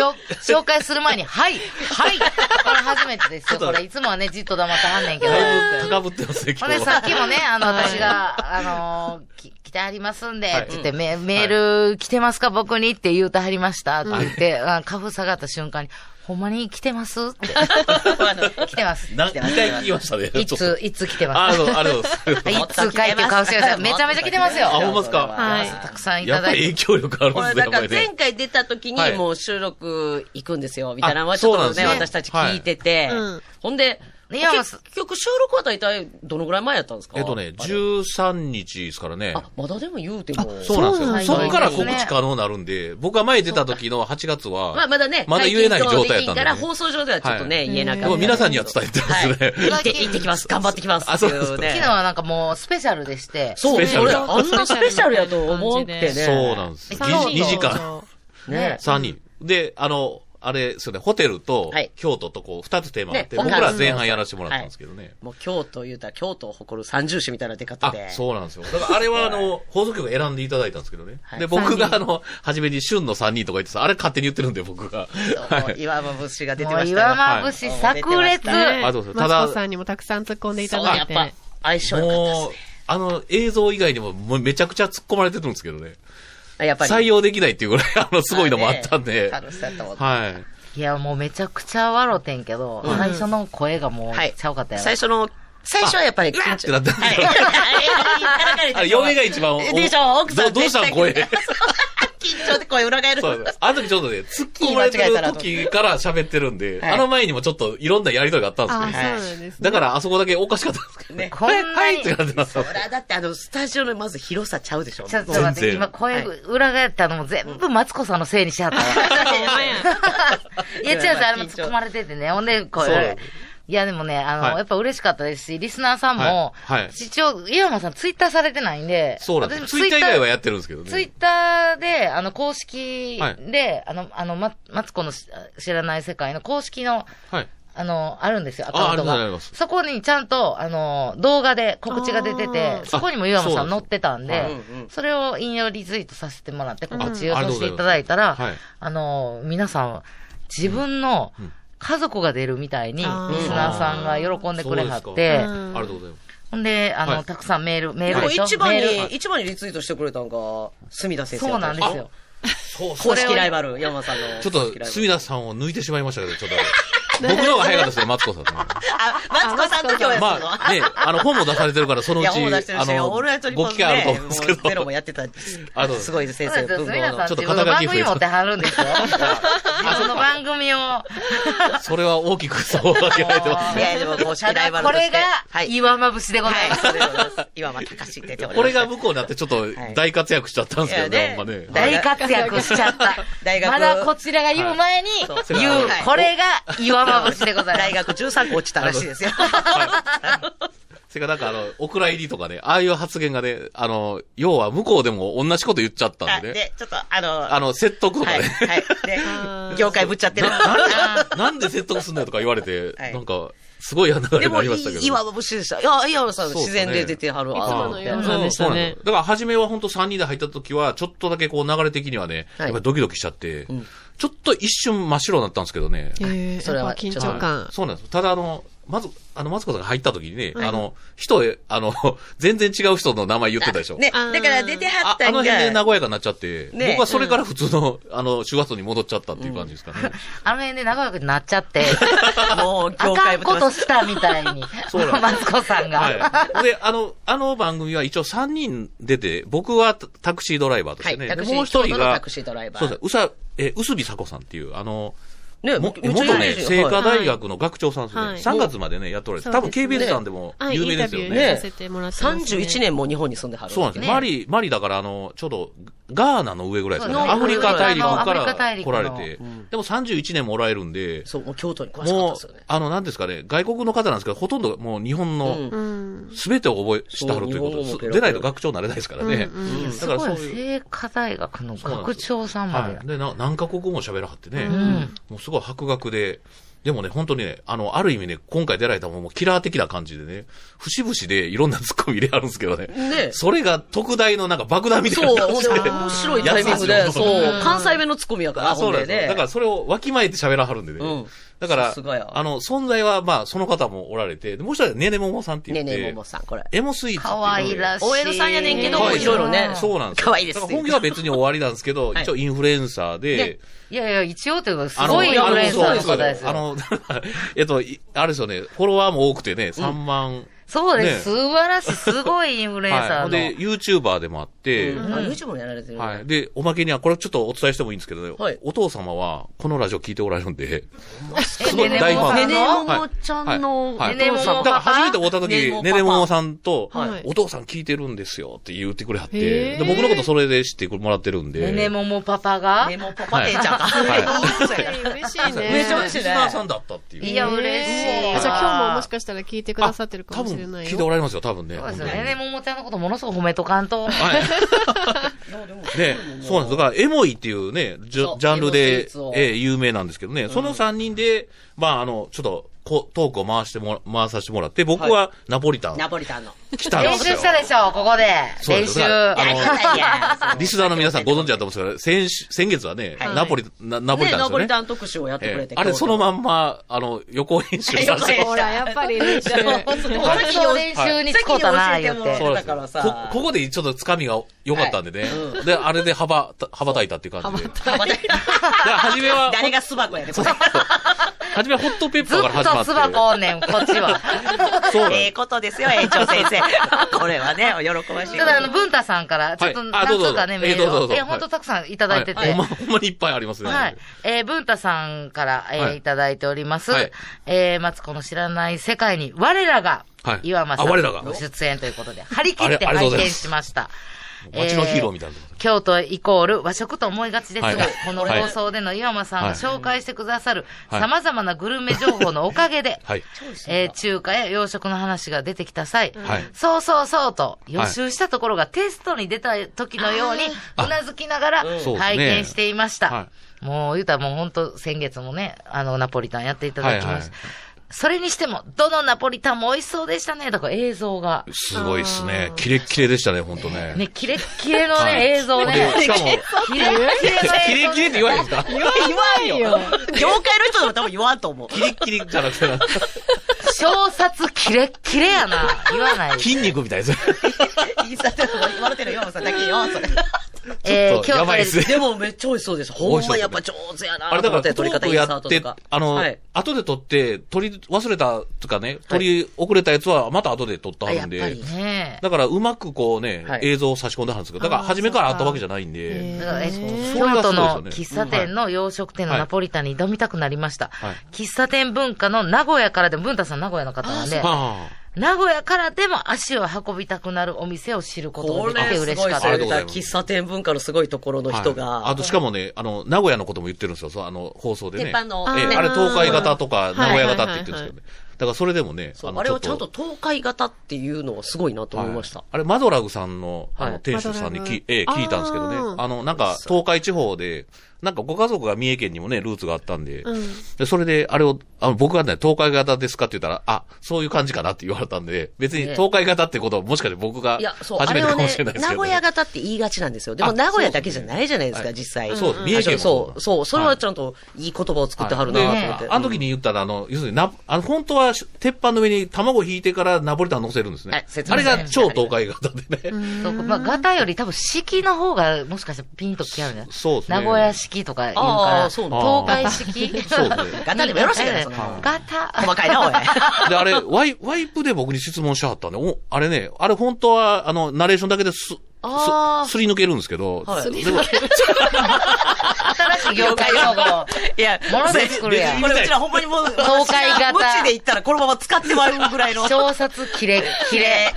Speaker 4: 紹紹介する前に、はい、はい、これ初めてですよ。これいつもはね、じっと黙ってはんねんけど。
Speaker 7: だいぶ高ぶってますね、
Speaker 4: ほ
Speaker 7: 今
Speaker 4: んで
Speaker 7: 日
Speaker 4: さ
Speaker 7: は。
Speaker 4: っきもね、あの、私が、あのー、き来てありますんで、
Speaker 7: はい
Speaker 4: って言って、メメール来てますか、僕にって言うてはりましたって言って、あ株下がった瞬間に、ほんまに来てますって。 来てます。
Speaker 7: 何回聞きましたね。
Speaker 4: いつ、いつ来て
Speaker 7: あ
Speaker 4: ま
Speaker 7: あ
Speaker 4: す。
Speaker 7: の、ありがとうございます。
Speaker 4: いつかいっていう顔してくだ さい。めちゃめちゃ来てますよ。
Speaker 7: あほんまっすか
Speaker 5: はい
Speaker 4: たくさんい
Speaker 7: や
Speaker 4: た
Speaker 7: っぱ
Speaker 4: だ
Speaker 7: り
Speaker 4: い
Speaker 7: 影
Speaker 4: て。
Speaker 7: 響力あるん
Speaker 3: こ
Speaker 7: で
Speaker 3: れ
Speaker 7: す
Speaker 3: だ
Speaker 7: ね、やっぱ
Speaker 3: から
Speaker 7: り
Speaker 3: 前
Speaker 7: ね。
Speaker 3: 回出た時
Speaker 7: は
Speaker 3: に
Speaker 7: い
Speaker 3: もう収録行くんですよ、みたいなのは
Speaker 7: あ
Speaker 3: ちょっと
Speaker 7: そう
Speaker 3: ね、
Speaker 7: なんです
Speaker 3: 私
Speaker 7: ね
Speaker 3: たち聞いてて。
Speaker 5: はいうん
Speaker 3: ほんで、
Speaker 4: いやまあ
Speaker 3: 結局収録は大体どのぐらい前やったんですか
Speaker 7: えっとね、13日ですからね。
Speaker 3: あ、まだでも言うても。
Speaker 7: そうなんですよ。
Speaker 4: そうなんです
Speaker 7: そっ
Speaker 4: ね
Speaker 7: から告知可能になるんで、僕が前出た時の8月
Speaker 3: まあ
Speaker 7: は、
Speaker 3: まだね、
Speaker 7: まだ言えない状態や
Speaker 3: 解
Speaker 7: ったん
Speaker 3: 禁とできんか
Speaker 7: で
Speaker 3: ら、
Speaker 7: ね。
Speaker 3: 放送上ではちょっとね、
Speaker 7: はい
Speaker 3: 言えなかっ
Speaker 7: で
Speaker 3: た。
Speaker 7: も皆さんには伝えてますね。
Speaker 3: 行って、行ってきます。頑張ってきます。
Speaker 7: あそうですか
Speaker 3: ってい
Speaker 4: 昨
Speaker 3: ね
Speaker 4: 日はなんかもうスペシャルでして、
Speaker 3: そう、
Speaker 7: スペシャル
Speaker 3: 俺、
Speaker 7: だ
Speaker 3: あんなスペシャルやと思ってね。
Speaker 7: そうなんですよ。
Speaker 5: 三人
Speaker 7: 2時間。。
Speaker 3: ね。
Speaker 7: 3人。で、あの、あれですよね、ホテルと
Speaker 3: はい
Speaker 7: 京都とこう、2つテーマがあって、
Speaker 3: ね
Speaker 7: 僕ら前半やらせてもらったんですけどね。
Speaker 3: もう京都言うたら京都を誇る三重市みたいな出方
Speaker 7: あ
Speaker 3: で。、
Speaker 7: そうなんですよ。だからあれはあの、放送局選んでいただいたんですけどね
Speaker 3: は。い
Speaker 7: で、僕があの、初めに旬の3人とか言ってさ、あれ勝手に言ってるんで僕が。
Speaker 3: もう岩間節が出て
Speaker 4: も
Speaker 3: ま
Speaker 4: う
Speaker 3: したよ。
Speaker 4: 岩まぶし炸裂。
Speaker 3: はい
Speaker 7: ありがとうございます
Speaker 5: マ
Speaker 7: ただ
Speaker 5: ツコさんにもたくさん突っ込んでいただい
Speaker 3: そう
Speaker 5: て。
Speaker 3: やっぱ相性良かったです
Speaker 7: も
Speaker 3: ね。
Speaker 7: あの映像以外にももうめちゃくちゃ突っ込まれてるんですけどね。
Speaker 3: あやっぱり。
Speaker 7: 採用できないっていうぐらい、 あの、すごいのもあったんで。
Speaker 3: 楽しかったもん。
Speaker 7: はい。
Speaker 4: いや、もうめちゃくちゃ笑ってんけど、最初の声がもう、
Speaker 3: はい
Speaker 4: ちゃうかったやろ
Speaker 3: 最。初の、最初はやっぱり緊張。
Speaker 7: ってなったんですよ。
Speaker 3: はい。
Speaker 7: あれ、嫁が一番。お
Speaker 3: でしょ、奥さん。
Speaker 7: どどうしたん声。
Speaker 3: 絶対 緊張で声裏返る。
Speaker 7: そうなんです。あの時ちょっとね、突っ込まれてる時から喋ってるんで、
Speaker 3: はい
Speaker 7: あの前にもちょっといろんなやりとりがあったんです
Speaker 5: ああ、そう
Speaker 7: けど、
Speaker 5: なんですね。
Speaker 7: だからあそこだけおかしかったんですけどね。
Speaker 4: こんな
Speaker 7: はい
Speaker 4: に、
Speaker 7: ってなってました
Speaker 3: そ。らだってあの、スタジオのまず広さちゃうでしょ。
Speaker 4: ちょっと待って、
Speaker 7: 全然
Speaker 4: 今声裏返ったのも全部マツコさんのせいにしちゃったわ。 いや、違う違う、あれも突っ込まれててね。ほんで、こ
Speaker 7: そう
Speaker 4: れ。いや、でもね、あの、
Speaker 7: はい
Speaker 4: やっぱ嬉しかったですし、リスナーさんも、
Speaker 7: はいはい
Speaker 4: 一応、岩間さんツイッターされてないんで、
Speaker 7: そうなんです。
Speaker 4: 私
Speaker 7: ツイッター以外はや
Speaker 4: っ
Speaker 7: ってるんですけどね。
Speaker 4: ツイッターで、あの、公式で、
Speaker 7: は
Speaker 4: あの、あの、ま、マツコのし知らない世界の公式の、
Speaker 7: はい。
Speaker 4: あの、あるんですよ、アカウント
Speaker 7: ああり
Speaker 4: が
Speaker 7: ま。す
Speaker 4: そこにちゃんと、あの、動画で告知が出てて
Speaker 5: あ、ー
Speaker 4: そこにも岩間さん
Speaker 7: あ
Speaker 4: 載ってたんで、
Speaker 7: そうな
Speaker 3: ですは
Speaker 7: ん
Speaker 3: いうんうん
Speaker 4: それを引用リツイートさせてもらって、告知を
Speaker 7: ああり
Speaker 4: さ
Speaker 7: がと
Speaker 4: せて
Speaker 7: うございます
Speaker 4: いただいたら、
Speaker 7: はい
Speaker 4: あの、皆さん、自分の
Speaker 7: ん
Speaker 4: 家族が出るみたいに、リス
Speaker 5: あー
Speaker 4: ナーさんが喜んでくれはっ
Speaker 7: そう
Speaker 4: て
Speaker 7: で、
Speaker 5: うん
Speaker 7: ありがとうございます。
Speaker 4: ほんで、あの、
Speaker 7: はい
Speaker 4: たくさんメール、メ
Speaker 3: で
Speaker 4: ール
Speaker 3: も
Speaker 4: でしょ
Speaker 3: 一番
Speaker 4: メール
Speaker 3: に、一番にリツイートしてくれたんが、隅田先生。
Speaker 4: そうなんですよ。。
Speaker 7: そうそ
Speaker 3: 公
Speaker 7: う。
Speaker 3: 式ライバル、山さんの。
Speaker 7: ちょっと、隅
Speaker 3: 田。
Speaker 7: 田さんを抜いてしまいましたけど、ちょっとあれ。僕の方が早かったですね、マツコさんね。
Speaker 3: あ、マツコさんと共演するの、
Speaker 7: まあね、あの、本も出されてるから、その
Speaker 3: いうや、
Speaker 7: ち、
Speaker 3: もう出してる
Speaker 7: あ
Speaker 3: し、
Speaker 7: の
Speaker 3: オールナイト、ニッポ
Speaker 7: ご
Speaker 3: ン
Speaker 7: 機会あると思うんですけ
Speaker 3: ねもうゼロ
Speaker 7: ど
Speaker 3: も。やってた。
Speaker 7: ありがとうございます
Speaker 3: すごいです、先
Speaker 4: そう
Speaker 3: 生。
Speaker 4: ですよ。
Speaker 3: 文
Speaker 4: 皆
Speaker 3: 豪
Speaker 4: さ
Speaker 3: の
Speaker 4: ん
Speaker 7: ちょっと
Speaker 4: 自分の
Speaker 7: 肩
Speaker 4: 番
Speaker 7: 書き増
Speaker 4: 組
Speaker 7: え
Speaker 4: 持ってはるんです よ。自分の番組を。
Speaker 7: それは大きくそう分けられてます
Speaker 3: い
Speaker 7: ね。
Speaker 3: や、でも公式
Speaker 4: た
Speaker 3: ライバ
Speaker 4: だ、
Speaker 3: ル
Speaker 4: ことれ
Speaker 3: して。
Speaker 4: が
Speaker 3: はい、。
Speaker 4: 岩まぶしでござい
Speaker 3: はい、
Speaker 4: ま
Speaker 3: そうで
Speaker 4: す。
Speaker 3: ございます。岩間隆史って言っており
Speaker 7: こ
Speaker 3: ます
Speaker 7: れが向こうになってちょっと大活躍しちゃったんですけど
Speaker 3: はい
Speaker 7: ね、ほ
Speaker 3: い
Speaker 7: んま
Speaker 3: や
Speaker 7: ね
Speaker 3: ね。
Speaker 7: はい
Speaker 4: 大活躍しちゃった。
Speaker 3: 大学
Speaker 4: まだこちらが言う前に
Speaker 3: はいそ、う
Speaker 4: 言う
Speaker 3: はい、
Speaker 4: これが岩まぶしでございます。
Speaker 3: 大学13個落ちたらしいですよ。
Speaker 7: それからなんかあの、お蔵入りとかね、ああいう発言がね、あの、要は向こうでも同じこと言っちゃったんでね。
Speaker 3: で、ちょっと、あの、
Speaker 7: あの、説得とか
Speaker 3: はい、
Speaker 7: ね。
Speaker 3: はい。で、業界ぶっちゃってる。
Speaker 7: なんで説得すんだよとか言われて、
Speaker 3: はい
Speaker 7: なんか、すごい嫌な流れ
Speaker 3: で
Speaker 7: にな
Speaker 3: も、
Speaker 7: りましたけど。
Speaker 3: 岩間節でした。いや、岩間さん
Speaker 7: そうです
Speaker 3: 自
Speaker 7: ね
Speaker 3: 然で出てはるわ。
Speaker 5: いつものようなでした
Speaker 7: なん
Speaker 5: ね
Speaker 7: です。よだから、初めは本当3人で入った時は、ちょっとだけこう流れ的にはね、
Speaker 3: はい
Speaker 7: やっぱりドキドキしちゃって、
Speaker 3: ん
Speaker 7: ちょっと一瞬真っ白になったんですけどね。
Speaker 5: えー
Speaker 3: それは
Speaker 5: やっぱ緊張感。
Speaker 7: そうなんです。ただ、あの、まず、あの、マツコさんが入った時にね、あの、人、あの、 全然違う人の名前言ってたでしょ。
Speaker 3: ね、
Speaker 5: あー
Speaker 3: だから出ては
Speaker 7: あ
Speaker 3: っ
Speaker 7: あ
Speaker 3: たん
Speaker 7: の辺で
Speaker 3: が、
Speaker 7: 和やかになっちゃって、
Speaker 3: ね
Speaker 7: 僕はそれから普通の、 あの、手話に戻っちゃったっていう感じですかね。
Speaker 4: あの辺で仲良くなっちゃって、
Speaker 3: もう
Speaker 4: あ
Speaker 3: 業
Speaker 4: か
Speaker 3: 界
Speaker 4: ん
Speaker 3: ぶっ
Speaker 4: こ
Speaker 3: 飛ば
Speaker 4: と
Speaker 3: す。
Speaker 4: したみたいに、
Speaker 7: そうなん
Speaker 4: マツコさんが。
Speaker 7: はい。で、あの、あの番組は一応3人出て、僕はタタクシードライバーとし
Speaker 3: は
Speaker 7: て
Speaker 3: い、
Speaker 7: ね、
Speaker 3: タ
Speaker 7: で
Speaker 3: クシー、
Speaker 7: もう一
Speaker 3: 京
Speaker 7: 人
Speaker 3: 都の
Speaker 7: が
Speaker 3: タク、シードライバー。
Speaker 7: そうですね、うさ、え、うすびさこさんっていう、あの、
Speaker 3: ね
Speaker 7: も
Speaker 3: めっちゃ有
Speaker 7: 元
Speaker 3: 名
Speaker 7: ね、
Speaker 3: 人
Speaker 7: 聖
Speaker 3: は
Speaker 7: 華
Speaker 3: い
Speaker 7: 大学の学長さんですね。
Speaker 5: はい
Speaker 7: 3月までね、やっておられて、
Speaker 5: そう
Speaker 7: 多
Speaker 5: です
Speaker 7: 分
Speaker 5: ね
Speaker 7: KBS さんでも
Speaker 5: はい、
Speaker 7: 有
Speaker 5: イ
Speaker 7: 名
Speaker 5: ンタ
Speaker 7: ですよ
Speaker 5: ビュ
Speaker 7: ね。
Speaker 5: ーさせてもらってますね。
Speaker 3: 31年も日本に住んではる。
Speaker 7: そうなんですよ、マリ、マリだから、あの、ちょうど、ガーナの上ぐらいですよ
Speaker 4: そう
Speaker 7: ね。アフリカ大陸
Speaker 4: アフ
Speaker 7: か
Speaker 4: リカ大
Speaker 7: ら
Speaker 4: 陸
Speaker 7: 来
Speaker 4: の
Speaker 7: られて。でも31年もおられるんで、
Speaker 3: そう、もう京都に詳しかった
Speaker 7: も
Speaker 3: ですよ
Speaker 7: う
Speaker 3: ね、。
Speaker 7: あの、なんですかね、外国の方なんですけど、ほとんどもう日本の
Speaker 3: う
Speaker 5: うん。
Speaker 7: 全てを覚え、してはるというこ
Speaker 3: そう日
Speaker 7: と
Speaker 3: 本語もペ
Speaker 7: す
Speaker 3: ラペラ
Speaker 7: でないと学長になれないですからね。
Speaker 5: うん
Speaker 7: うん
Speaker 4: す
Speaker 7: だから
Speaker 4: ご
Speaker 7: そう
Speaker 4: い、
Speaker 7: いう。
Speaker 4: 聖火大学の学長さんまで
Speaker 7: はい。。で、な何カ国語も喋らはってね、
Speaker 4: ん
Speaker 7: もうすごい博学で、でもね、本当にね、あの、ある意味ね、今回出られたもんもうキラー的な感じでね、節々でいろんなツッコミ入れあるんですけどね。
Speaker 3: ね
Speaker 7: それが特大のなんか爆弾みたい
Speaker 3: そ
Speaker 7: な
Speaker 3: う、
Speaker 7: 感
Speaker 3: ほん
Speaker 7: じ
Speaker 3: で、
Speaker 7: で。
Speaker 3: 面白いタイミングで、
Speaker 7: やつですよ
Speaker 3: そう、関西弁のツッコミやから、
Speaker 7: あ、そう
Speaker 3: ほ
Speaker 7: な
Speaker 3: で
Speaker 7: んですよ。だからそれをわきまえて喋らはるんでね。
Speaker 3: うん
Speaker 7: だから
Speaker 3: さすがや、
Speaker 7: あの、存在はまあ、その方もおられて、でもう一人はねねももさんって
Speaker 3: ね
Speaker 7: 言
Speaker 3: え
Speaker 7: って、
Speaker 3: ねえ、ももさん、これ。
Speaker 7: エモスイーツっていう
Speaker 4: 可愛いらしい。
Speaker 3: OL さんやねんけど
Speaker 7: 可愛
Speaker 3: いろいろね
Speaker 7: そうなんですよ。
Speaker 3: 可愛いです
Speaker 7: だから本業は別に終わりなんですけど、
Speaker 3: はい
Speaker 7: 一応インフルエンサーで、
Speaker 4: いやいや、一応というか、す
Speaker 7: あの
Speaker 4: ごいインフルエンサーの方です
Speaker 7: あ
Speaker 4: よ。
Speaker 7: の、 えっと、いあれですよね、フォロワーも多くてね、3万。
Speaker 4: そうで
Speaker 7: ね
Speaker 4: す。素晴らしい。すごいインフルエンサーの。
Speaker 7: はい。で、YouTuber でもあって、
Speaker 3: あ YouTube もやられてる。
Speaker 7: はい。で、おまけには、これちょっとお伝えしてもいいんですけどね、
Speaker 3: はい
Speaker 7: お父様は、このラジオ聞いておられるんで、
Speaker 4: え
Speaker 7: すごい大ファン
Speaker 4: ねねももさんの
Speaker 7: はい
Speaker 3: ちゃんの
Speaker 7: はい
Speaker 4: ねねもも
Speaker 7: だから初めて会った時、
Speaker 3: ねねもパパ
Speaker 7: ねねももさんと、
Speaker 5: はい
Speaker 7: お父さん聞いてるんですよって言ってくれはっ
Speaker 5: へー
Speaker 7: て、で僕のことそれで知ってもらってるんで。
Speaker 4: ねねももパパが
Speaker 3: ねもパパ店ちゃんか。
Speaker 5: 嬉しい ね。
Speaker 3: めちゃ
Speaker 7: リ
Speaker 3: 嬉しい
Speaker 7: ス
Speaker 3: ね
Speaker 7: ナーさんだったっていう。
Speaker 4: いや、嬉しい。
Speaker 5: あじゃあ今日ももしかしたら聞いてくださってるか
Speaker 7: 多
Speaker 5: もし
Speaker 7: 分
Speaker 5: れない
Speaker 7: 聞いてお
Speaker 5: よ。
Speaker 7: られますよ、多分ね。
Speaker 4: そうですよ
Speaker 7: 本
Speaker 4: ね。
Speaker 7: 当に
Speaker 4: ねももちゃんのことものすごく褒めとかんと。
Speaker 7: はい。ね、そうなんです。だから、エモいっていうね、ジ
Speaker 3: そ
Speaker 7: ャ
Speaker 3: う
Speaker 7: ジャン
Speaker 3: エ
Speaker 7: ル
Speaker 3: モスイ
Speaker 7: で
Speaker 3: ーツを、
Speaker 7: えー有名なんですけどね、その3人で、まあ、あの、ちょっと、こトークを回してもら、回させてもらって、僕はナポリタン
Speaker 3: ナポリタ ンの。
Speaker 7: 来たん
Speaker 4: 練
Speaker 7: ですよ
Speaker 4: 習。したでしょ、ここで。
Speaker 7: そうで
Speaker 4: 練
Speaker 7: す
Speaker 4: 習。
Speaker 7: だから
Speaker 3: いや
Speaker 7: あの、リスナーの皆さんご存知だと思うんですけど、先週、先月はね、
Speaker 3: はい
Speaker 7: ナポリ、ナナポリ
Speaker 3: ね、
Speaker 7: タンで
Speaker 3: ナ
Speaker 7: す
Speaker 3: ポ
Speaker 7: よ
Speaker 3: リ
Speaker 7: ね。
Speaker 3: タン特集をやってくれて。
Speaker 7: ええあれ、そのま
Speaker 3: ま。
Speaker 7: んま、あの、予行演習させて
Speaker 3: 予行
Speaker 5: ほら、やっぱり練習。
Speaker 4: 発想練習に使うたな、言って。
Speaker 7: そう
Speaker 3: だ
Speaker 7: です
Speaker 3: から
Speaker 7: こ
Speaker 3: さ
Speaker 7: ここでちょっとつかみが良かったんでね。で、あれで羽ば、羽ばたいたっていう感じで。で、 初めは、
Speaker 3: 誰が巣箱やね、こ
Speaker 7: そ
Speaker 3: れ
Speaker 7: うそう。初めはホットペッパ
Speaker 4: ずっ
Speaker 7: ーから始ま
Speaker 4: と
Speaker 7: って。
Speaker 4: つばこおんねん、こっち は。
Speaker 7: そうなん
Speaker 3: え
Speaker 7: で
Speaker 3: えことですよ、園長先生。 これはね、お喜ばしい。
Speaker 4: ただ、あの、文太さんから、ちょっと、
Speaker 7: はい
Speaker 4: な
Speaker 7: あど
Speaker 4: ん
Speaker 7: うぞ
Speaker 4: とかね、
Speaker 7: どうぞ
Speaker 4: メー
Speaker 7: えどうぞど
Speaker 4: ル
Speaker 7: う
Speaker 4: を。
Speaker 7: ぞ
Speaker 4: え、ほんとたくさんいただいて
Speaker 7: す。はいほ
Speaker 4: て
Speaker 7: ん。ま、ほんまにいっぱいありますね。
Speaker 4: はい。えー、文太さんから、えー
Speaker 7: はい
Speaker 4: いただいております。
Speaker 7: はい
Speaker 4: えー、マツコの知らない世界に、我らが、
Speaker 7: はい
Speaker 4: 岩間さ
Speaker 7: あ我らが
Speaker 4: ん、ご出演ということで、張り切って
Speaker 7: あれありがと
Speaker 4: 拝
Speaker 7: うござ
Speaker 4: 見
Speaker 7: います
Speaker 4: しました。
Speaker 7: 街のヒーローみたいな。
Speaker 4: 京都イコール和食と思いがちですが、
Speaker 7: はい
Speaker 4: この放送での岩間さんが紹介してくださる
Speaker 7: はい
Speaker 4: 様々なグルメ情報のおかげで、
Speaker 7: はい。
Speaker 4: えー中華や洋食の話が出てきた際、
Speaker 7: はい
Speaker 4: そうそうそうと予習したところがテストに出た時のように、うなずきながら
Speaker 7: そうですね
Speaker 4: 拝見していました。
Speaker 7: は
Speaker 4: もう言うたらもう本当先月もね、あの、ナポリタンやっていただきました。
Speaker 7: はいはい
Speaker 4: それにしても、どのナポリタンも美味しそうでしたね。だから映像が。
Speaker 7: すごいですね。キレッキレでしたね、ほんとね。
Speaker 4: ね、キレッキレのね、
Speaker 7: はい
Speaker 4: 映像ね。
Speaker 7: でしかも、
Speaker 4: キレッキレの映像
Speaker 7: キレッキレって言わへんですか
Speaker 3: 言わんよ。業界の人でも多分言わんと思う。
Speaker 7: キレッキレじゃなくて、
Speaker 4: 小冊キレッキレやな。言わ ない。
Speaker 7: 筋肉みたいです。
Speaker 3: インスタでも 言われてる岩本さんだ けよ、それ。
Speaker 4: え
Speaker 7: ちょっとやばいっす
Speaker 3: でもめっちゃ美味しそうです。ほんまやっぱ上手やな
Speaker 7: あれだ
Speaker 3: と思
Speaker 7: か
Speaker 3: っ
Speaker 7: ら、
Speaker 3: て
Speaker 7: ト
Speaker 3: 撮り
Speaker 7: ー
Speaker 3: 方
Speaker 7: ク
Speaker 3: イン
Speaker 7: や
Speaker 3: スター
Speaker 7: っ
Speaker 3: トと
Speaker 7: て
Speaker 3: か、。
Speaker 7: あの
Speaker 3: はい、
Speaker 7: 後で撮って、撮り忘れたとかね、撮り遅れたやつはまた後で撮ってはるん
Speaker 3: あやっ
Speaker 7: で
Speaker 3: ぱ、
Speaker 4: ね
Speaker 7: だからうまくこうね
Speaker 3: はい、
Speaker 7: 映像を差し込んではるんですけど、だから初めからあったわけじゃないんで、
Speaker 4: え。だからえ
Speaker 7: それ
Speaker 4: 京
Speaker 7: がす
Speaker 4: 都
Speaker 7: ごいです
Speaker 4: の
Speaker 7: よね
Speaker 4: 喫茶店の洋食店の
Speaker 7: はい
Speaker 4: ナポリタンに挑みたくなりました。
Speaker 7: はい
Speaker 4: 喫茶店文化の名古屋からでも、文太さん名古屋の方なんで、
Speaker 7: は
Speaker 4: 名古屋からでも足を運びたくなるお店を知ること
Speaker 3: こ
Speaker 4: が
Speaker 3: れ
Speaker 4: できて
Speaker 3: す
Speaker 4: 嬉
Speaker 3: ご
Speaker 4: し
Speaker 3: い
Speaker 4: かっ
Speaker 3: そ
Speaker 4: た
Speaker 7: あ
Speaker 3: れ
Speaker 7: りが
Speaker 3: で
Speaker 4: で
Speaker 7: とうございます
Speaker 3: 喫茶店文化のすごいところの
Speaker 7: あ
Speaker 3: 人が。
Speaker 7: あとしかもね、あの、名古屋のことも言ってるんですよ、そうあの、放送でね。
Speaker 3: 鉄板の
Speaker 7: ええ
Speaker 3: ね
Speaker 7: あれ、東海型とか、
Speaker 5: い
Speaker 7: 名古屋型って言ってるんですけどね。だからそれでもね、
Speaker 3: そう
Speaker 7: の
Speaker 3: あれをちゃん
Speaker 7: ょ
Speaker 3: と
Speaker 7: っ
Speaker 3: 東海型っていうのはすごいなと思いました
Speaker 7: は。あれ、マドラグさんの、あ
Speaker 3: は
Speaker 7: の、
Speaker 3: い
Speaker 7: 店主さんに
Speaker 5: マドラ
Speaker 7: き
Speaker 5: グ、
Speaker 7: ええ、聞いたんですけどね
Speaker 5: あ。ー
Speaker 7: あの、なんか、東海地方で、なんかご家族が三重県にもね、ルーツがあったんで、で、それで、あれを、あの、僕がね、東海型ですかって言ったら、あ、そういう感じかなって言われたんで、別に
Speaker 4: ね
Speaker 7: 東海型ってことは、もしかして僕が
Speaker 3: いや、そう、あ
Speaker 7: 初め
Speaker 3: れ
Speaker 7: てか
Speaker 3: を
Speaker 7: も
Speaker 3: ね
Speaker 7: しれない、です
Speaker 3: 名
Speaker 7: けど
Speaker 3: 古
Speaker 7: ね。
Speaker 3: 屋型って言いがちなんですよ。でも
Speaker 7: あ
Speaker 3: 名古屋だけじゃないじゃないですか、実際。
Speaker 7: そう
Speaker 3: うん
Speaker 7: 三重県
Speaker 3: そ
Speaker 7: もそう
Speaker 3: う、そう、それはちゃんといい言葉を作ってはるなと思って。
Speaker 7: であの時に言ったら、あの、要するにな、あの、本当は、鉄板の上に卵引いてからナポリタン乗せるんです
Speaker 4: は
Speaker 7: ね
Speaker 4: い。説
Speaker 7: あ
Speaker 4: 明
Speaker 7: れ
Speaker 4: します
Speaker 7: が超東海型でね。
Speaker 4: す。そうまあ、ガタより多分式の方がもしかしたらピンときはるんじゃない
Speaker 7: そうですね
Speaker 4: 名古屋式とか言うから、
Speaker 3: あーそうなん
Speaker 4: 東海式
Speaker 7: そうですね
Speaker 3: ガタでもよろしいじゃないです か
Speaker 4: ねガタ。
Speaker 3: 細かいな、おい。
Speaker 7: で、あれ、ワイ、ワイプで僕に質問しはったんで、お、あれね、あれ本当は、あの、ナレーションだけです、す、
Speaker 4: あー
Speaker 7: すり抜けるんですけど、
Speaker 3: はいす
Speaker 7: でも
Speaker 4: 新しい業界 用語。
Speaker 3: いや、
Speaker 4: もので作るやん
Speaker 3: これうちらほんまにもう、
Speaker 4: 東海型
Speaker 3: 無知で言ったらこのまま使ってまうぐらいの。
Speaker 4: 小冊キレッキレ。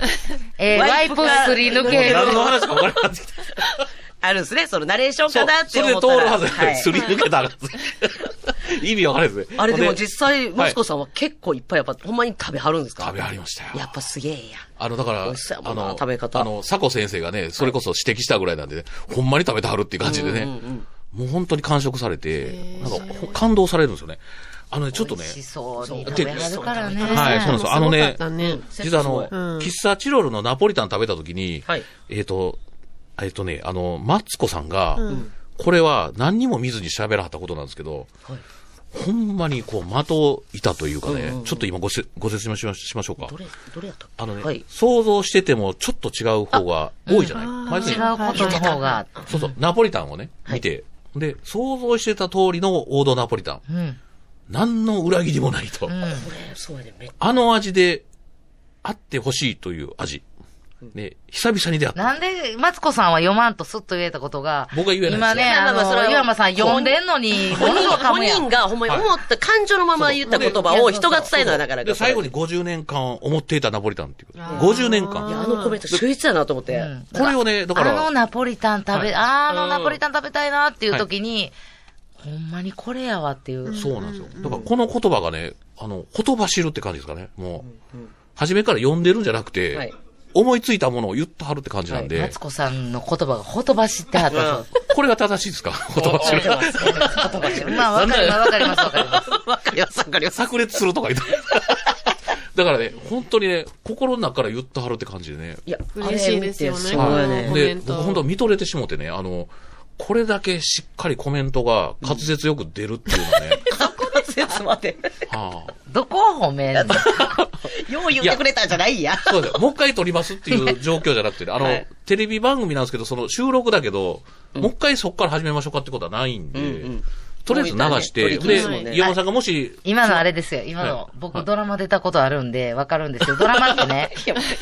Speaker 4: えーワ
Speaker 3: ワ
Speaker 4: イ
Speaker 3: イ
Speaker 4: プ
Speaker 3: プが
Speaker 4: すり抜ける。
Speaker 7: 何の話か分からなくなってきた。
Speaker 3: あるんですね、そのナレーション
Speaker 7: そ
Speaker 3: か
Speaker 7: う
Speaker 3: なっ
Speaker 7: そ
Speaker 3: て
Speaker 7: れで
Speaker 3: 思っ
Speaker 7: 通
Speaker 3: た
Speaker 7: る
Speaker 3: ら。
Speaker 7: はずや
Speaker 3: はい
Speaker 7: すり抜け たら、意味分からないですね。
Speaker 3: あれでも
Speaker 7: 食
Speaker 3: 実際、息子さんは結構いっぱいやっぱ、ほんまに食べはるんですか
Speaker 7: べはりましたよ。
Speaker 3: やっぱすげえや。
Speaker 7: あの、だから、
Speaker 3: 美味しそうやも
Speaker 7: あ
Speaker 3: んな
Speaker 7: の、
Speaker 3: 食べ方
Speaker 7: あの、佐古先生がね、それこそ指摘したぐらいなんでね、ほんまに食べてはるっていう感じでね、もう本当に完食されて、なんか、ほ感動されるんですよね。あのね、ちょっとね、
Speaker 4: しそうに食べはるからね。
Speaker 7: はい、そうなんですよ。あのね、
Speaker 5: ね。
Speaker 7: 実はあの、喫茶チロルのナポリタン食べた時に、
Speaker 3: はい
Speaker 7: えっ、と、えっ、とね、あの、マツコさんが、これは何にも見ずに喋らはったことなんですけど、ほんまにこう、的をいたというかね、ちょっと今ごせご説明しましましょうか。
Speaker 3: どれ、どれやったっけ
Speaker 7: あのね、
Speaker 3: はい
Speaker 7: 想像しててもちょっと違う方が多いじゃない、まず
Speaker 4: 違うことの方が。
Speaker 7: そうそう、ナポリタンをね、見て、で、想像してた通りの王道ナポリタン。
Speaker 4: うん。
Speaker 7: 何の裏切りもないと。
Speaker 3: これ、そうやね、めっ
Speaker 7: あの味であってほしいという味。ね、久々に出会った。
Speaker 4: なんで、マツコさんは読まんとスッと言えたことが、
Speaker 7: 僕は言えないですよ
Speaker 4: 今ね、あ
Speaker 3: まあまあそれ
Speaker 4: の、
Speaker 3: は
Speaker 4: 岩間さん読んでんのに、ものすごい噛
Speaker 3: 本
Speaker 4: むやん
Speaker 3: 人。がほんまに思った感情のまま言った言葉を人が伝えるのはなかな
Speaker 7: で、
Speaker 3: か。
Speaker 7: 最後に50年間思っていたナポリタンっていうこと。50年
Speaker 3: いや、
Speaker 7: 間。
Speaker 3: あのコメント秀逸だなと思って。
Speaker 7: これをね、だか
Speaker 4: あの
Speaker 7: ら、
Speaker 4: ナポリタン食
Speaker 7: は
Speaker 4: べ、
Speaker 7: い
Speaker 4: あのナポリタン食べたいなっていう時に、ほんまにこれやわっていう。
Speaker 7: そうなんですよ。だからこの言葉がね、あの、言葉知るって感じですかね。もう、初めから読んでるんじゃなく
Speaker 3: は
Speaker 7: て
Speaker 3: い、
Speaker 7: 思いついたものを言ってはるって感じなん
Speaker 4: マ
Speaker 7: で
Speaker 4: ツ、コさんの言葉がほとばしってはったそう
Speaker 7: これが正しいですか言葉知る。
Speaker 4: まあ、わかります、わかります、わかります。
Speaker 3: わかりります、わかります。
Speaker 7: 炸裂するとか言って。 だからね、本当にね、心の中から言ったはるって感じでね。
Speaker 3: いや、
Speaker 6: 嬉しいですよね
Speaker 3: あれ見てすごい
Speaker 6: この
Speaker 3: ね。
Speaker 6: コメ
Speaker 7: で、
Speaker 6: ント
Speaker 7: 僕本当見とれてしもてね、あの、これだけしっかりコメントが滑舌よく出るっていうのはね、
Speaker 3: 骨折まで。
Speaker 7: はあ、
Speaker 4: どこを褒めんの
Speaker 3: よう言ってくれたんじゃないや。
Speaker 7: そうですよもう一回撮りますっていう状況じゃなくてね、あの、
Speaker 3: はい
Speaker 7: テレビ番組なんですけど、その収録だけど、もう一回そこから始めましょうかってことはないんで、
Speaker 3: うんうん
Speaker 7: とりあえず流して、
Speaker 3: もう一回ね撮り
Speaker 7: で
Speaker 3: 切りですもんね、
Speaker 7: 岩本さんがもし、
Speaker 4: 今のあれですよ、今
Speaker 7: はい
Speaker 4: の、僕ドラマ出たことあるんで、わかるんですよ。ドラマって ね、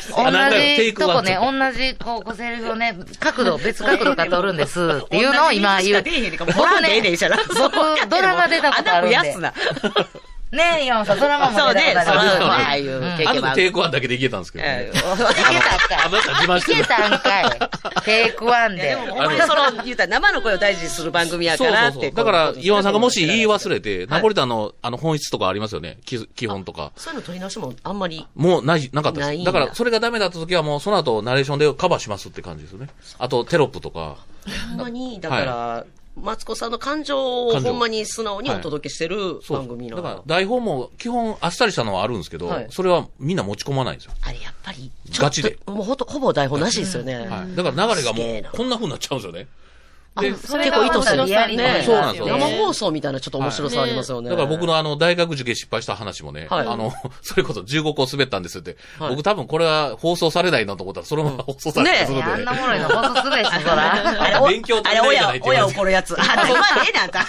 Speaker 4: 同
Speaker 7: あなんだよテイ
Speaker 4: じ
Speaker 7: ク
Speaker 4: と
Speaker 7: ワ
Speaker 4: こ
Speaker 7: ンち
Speaker 4: ね
Speaker 7: ょっ、
Speaker 4: 同じ、こう、ごセリフをね、角度、別角度から撮るんですっていうのを今言う。
Speaker 3: 同じ意味しか出えへんねんからもらわんでええねんじゃな
Speaker 4: 僕、ドラマ出たことあるん
Speaker 3: 穴増やす
Speaker 4: で。
Speaker 3: な。
Speaker 4: ねえ、岩本さん、ドラマも出たことあるん
Speaker 3: そ
Speaker 4: で
Speaker 3: うねそうね
Speaker 4: ん
Speaker 3: ああいう経験
Speaker 7: あの時テイクワンだけでいけたんですけどね。
Speaker 4: いけたんかい
Speaker 7: あなた自慢し
Speaker 4: い
Speaker 7: て
Speaker 4: け
Speaker 7: た。
Speaker 4: たんかい。テイクワ
Speaker 3: い
Speaker 4: ン
Speaker 3: や
Speaker 4: で
Speaker 3: で。も、ほんまにその、言うたら生の声を大事にする番組や
Speaker 7: そ
Speaker 3: か
Speaker 7: う
Speaker 3: ら
Speaker 7: そ
Speaker 3: っ
Speaker 7: う
Speaker 3: て
Speaker 7: そう。だから、岩本さんがもし言い忘
Speaker 3: れ。
Speaker 7: れて、ナポリタンの、あの、本質とかありますよね。基基本とか。
Speaker 3: そういうの取り直しもあんまり。
Speaker 7: もうない、なかった
Speaker 3: な
Speaker 7: で
Speaker 3: いん
Speaker 7: す。
Speaker 3: だ
Speaker 7: だから、それがダメだった時はもう、その後、ナレーションでカバーしますって感じですよね。あと、テロップとか。
Speaker 3: ほんまに、だから、マツコさんの感情を
Speaker 7: 感情
Speaker 3: ほんまに素直にお届けしてる
Speaker 7: そう
Speaker 3: 番組な
Speaker 7: だ
Speaker 3: の。
Speaker 7: から、台本も基本あっさりしたのはあるんですけど、
Speaker 3: はい
Speaker 7: それはみんな持ち込まないんですよ。
Speaker 3: あれ、やっぱり、ちょっと
Speaker 7: ガチで。
Speaker 3: もうほとほぼ台本なしですよね。
Speaker 7: はい。だから流れが
Speaker 3: すげえ
Speaker 7: も
Speaker 3: な
Speaker 7: う、こんな風になっちゃうんですよね。で、
Speaker 4: それがまたリアリティ
Speaker 3: ね
Speaker 7: そうなんですよ
Speaker 3: 生放送みたいなちょっと面白さありますよね。
Speaker 7: だから僕のあの、大学受験失敗した話もね、
Speaker 3: はい
Speaker 7: あの、 それこそ15個滑ったんですって、
Speaker 3: はい
Speaker 7: 僕多分これは放送されないなと思ったら、そのまま放送され
Speaker 3: ね
Speaker 7: て
Speaker 3: え
Speaker 7: す
Speaker 4: い
Speaker 7: る
Speaker 4: やあん
Speaker 7: の
Speaker 4: な
Speaker 7: で。
Speaker 4: もろいの放送すべし、そら。
Speaker 3: あれ、お
Speaker 7: 勉強
Speaker 3: あ
Speaker 7: 足り
Speaker 3: れ
Speaker 7: ないじゃ
Speaker 3: 親
Speaker 7: ないっ、て言われて
Speaker 3: 親怒 るやつ。あ、でもまあねえなんか。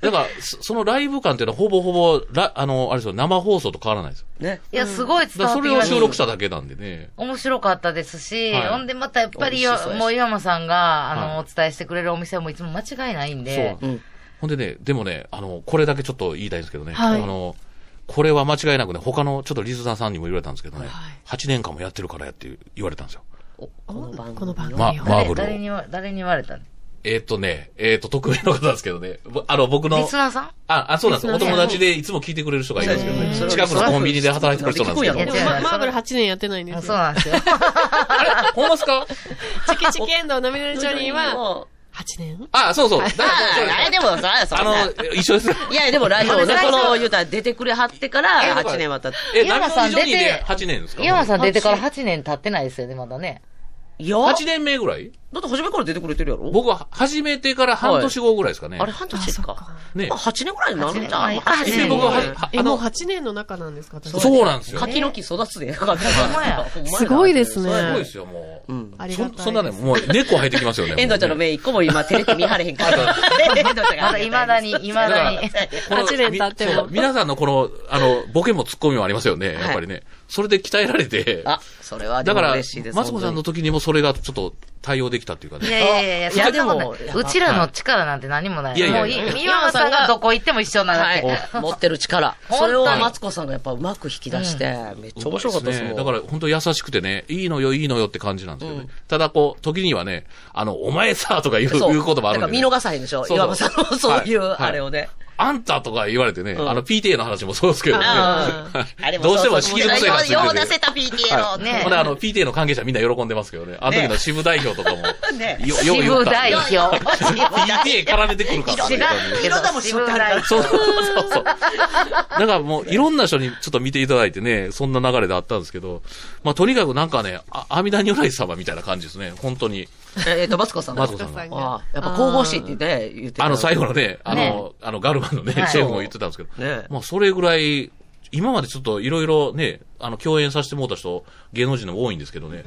Speaker 7: だから、そそのライブ感っていうのはほぼほぼ、らあの、あれですよ、生放送と変わらないですよ。
Speaker 3: ね。
Speaker 4: いや、すごい伝
Speaker 7: だ
Speaker 4: わ
Speaker 7: から
Speaker 4: ってき
Speaker 7: それを
Speaker 4: ま
Speaker 7: 収録
Speaker 4: し
Speaker 7: しただけなんでね。
Speaker 4: 面白かったですし、
Speaker 7: はい
Speaker 4: ほんでまたやっぱり
Speaker 3: 美
Speaker 4: よ
Speaker 3: 味しそうやし
Speaker 4: もう岩間さんが、あの、
Speaker 7: はい
Speaker 4: お伝えしてくれるお店もいつも間違いないんで、
Speaker 7: そう。ほんでね、でもね、あの、これだけちょっと言いたいんですけどね、
Speaker 5: はい
Speaker 7: あの、これは間違いなくね、他のちょっとリスナーさんにも言われたんですけどね、8年間もやってるからやって言われたんですよ。
Speaker 3: この番
Speaker 5: この番組
Speaker 7: ま、
Speaker 5: を。
Speaker 7: マー
Speaker 4: 誰
Speaker 7: ブルを
Speaker 4: 誰にわ誰に言われたの
Speaker 7: えっ、とね、えっ、と、匿名の方なんですけどね、ぼあの、僕の
Speaker 4: リス、ナーさ
Speaker 7: あ、あ、そうなんですよ。お
Speaker 4: リスナーね
Speaker 7: 友達でいつも聞いてくれる人がいるんですけど
Speaker 3: うん
Speaker 7: ね、近くのコンビニで働いてくれる人なんです
Speaker 3: それ
Speaker 7: け
Speaker 4: ん
Speaker 7: ど、
Speaker 4: いや違う
Speaker 5: まマーブル8年やってないんで
Speaker 4: ん
Speaker 5: す
Speaker 4: そう
Speaker 5: よ。
Speaker 4: なんですよ。
Speaker 7: ほんまっすか
Speaker 5: チキチキエンドナミネルジョニーは、
Speaker 3: もう
Speaker 5: 8年
Speaker 7: あ、そうそう。だからそうです
Speaker 3: あれでも、さそ
Speaker 7: あ
Speaker 3: んな
Speaker 7: の、一緒です。
Speaker 3: いや、でもラジオね、
Speaker 4: あ
Speaker 3: こ
Speaker 4: れ
Speaker 3: の、言うたら出てくれはってから、8年は経って。
Speaker 7: え、
Speaker 4: 岩間さ
Speaker 7: 中
Speaker 4: ん
Speaker 7: ジョニー
Speaker 4: 出
Speaker 7: で
Speaker 4: て
Speaker 7: 8年ですか
Speaker 4: 岩間さん
Speaker 7: 8
Speaker 4: 出てから8年経ってないですよね、まだね。
Speaker 3: いや、
Speaker 7: 年目ぐらい
Speaker 3: だって初めから出てくれてるやろ
Speaker 7: 僕は始めてから半年後ぐらいですかね。
Speaker 3: あれ半年ですか。
Speaker 7: ね
Speaker 3: まあ、。8年ぐらいになるんじゃん。
Speaker 4: 8年
Speaker 7: で、僕はは、は
Speaker 5: え、
Speaker 7: あ
Speaker 5: もう
Speaker 7: の、
Speaker 5: 8年の中なんですか私
Speaker 7: そうなんですよ。
Speaker 3: 柿の木育つで。ほん
Speaker 4: まや
Speaker 3: まや
Speaker 5: すごいですね
Speaker 3: そう
Speaker 7: す
Speaker 3: や
Speaker 7: ごいですよ、もう。
Speaker 5: ありがたいです
Speaker 7: そそんなね、もう猫生えてきますよ ね。
Speaker 3: 遠藤ちゃんの
Speaker 7: もうね
Speaker 3: 目一個も今テレビ見張れへんから。 遠藤ちゃんが
Speaker 4: まだ未だに、未だに。
Speaker 7: この
Speaker 5: 8年経っても
Speaker 7: みそう皆さんのこの、あの、ボケもツッコミもありますよね、やっぱりね。それで鍛えられて。
Speaker 3: あ、それはで
Speaker 7: だか
Speaker 3: も
Speaker 7: ら
Speaker 3: 嬉しいで、す。
Speaker 7: マツコさんの
Speaker 3: 本
Speaker 7: 時にもそれがちょっと対応できたっていうか
Speaker 4: い
Speaker 7: ね。
Speaker 4: やいやいや、
Speaker 3: いや
Speaker 4: そんなこと
Speaker 3: で
Speaker 4: な
Speaker 3: も
Speaker 4: い。うちらの力なんて何もない。
Speaker 7: いやい
Speaker 4: も
Speaker 7: や
Speaker 4: う
Speaker 7: いや
Speaker 4: い、岩間さんがどこ行っても一緒な
Speaker 3: 当に。
Speaker 4: だ
Speaker 3: は
Speaker 4: け。
Speaker 3: い。持ってる力。
Speaker 4: 本
Speaker 3: そ
Speaker 4: 当に
Speaker 3: れをマツコさんがやっぱうまく引き出して、めっちゃ面白かったですもん。
Speaker 7: だから本当優しくてね、いいのよ、いいのよって感じなんですけどね。ただこう、時にはね、あの、お前さ、とか言う、
Speaker 3: そう
Speaker 7: 言うこともあるん
Speaker 3: だから
Speaker 7: でね、
Speaker 3: 見逃さへんでしょ。
Speaker 7: そうそう
Speaker 3: 岩場さんのそういう、
Speaker 7: はい
Speaker 3: あれをね。
Speaker 7: あんたとか言われてね、
Speaker 3: ん
Speaker 7: あの PTA の話もそうですけどね。
Speaker 3: あーあれ
Speaker 7: どうしても仕切り癖がついてて
Speaker 3: よう出せた PTA の。
Speaker 4: ね
Speaker 7: ほんであの PTA の関係者みんな喜んでますけどね。あの時の支部代表とかも。
Speaker 3: ね
Speaker 7: よ、よう言
Speaker 4: 支
Speaker 7: っ
Speaker 4: 部代
Speaker 7: た。
Speaker 4: 表。
Speaker 7: PTA 絡めてくるから。
Speaker 4: 知らんけ
Speaker 3: 色
Speaker 4: ど
Speaker 3: 々もしょってあるから
Speaker 7: そうそうそうそう。だからもういろんな人にちょっと見ていただいてね、そんな流れであったんですけど、まあとにかくなんかね、あ阿弥陀如来様みたいな感じですね、本当に。
Speaker 3: えっと、マツコさんが
Speaker 7: マツコさんが。
Speaker 3: ああやっぱ神々しいってね、言ってた
Speaker 7: あの最後のね、あの、
Speaker 4: ね
Speaker 7: あのガルマンのね、
Speaker 4: はい
Speaker 7: シェフも言ってたんですけど、
Speaker 3: ね
Speaker 7: まあそれぐらい、今までちょっといろいろね、あの、共演させてもらった人、芸能人の多いんですけどね、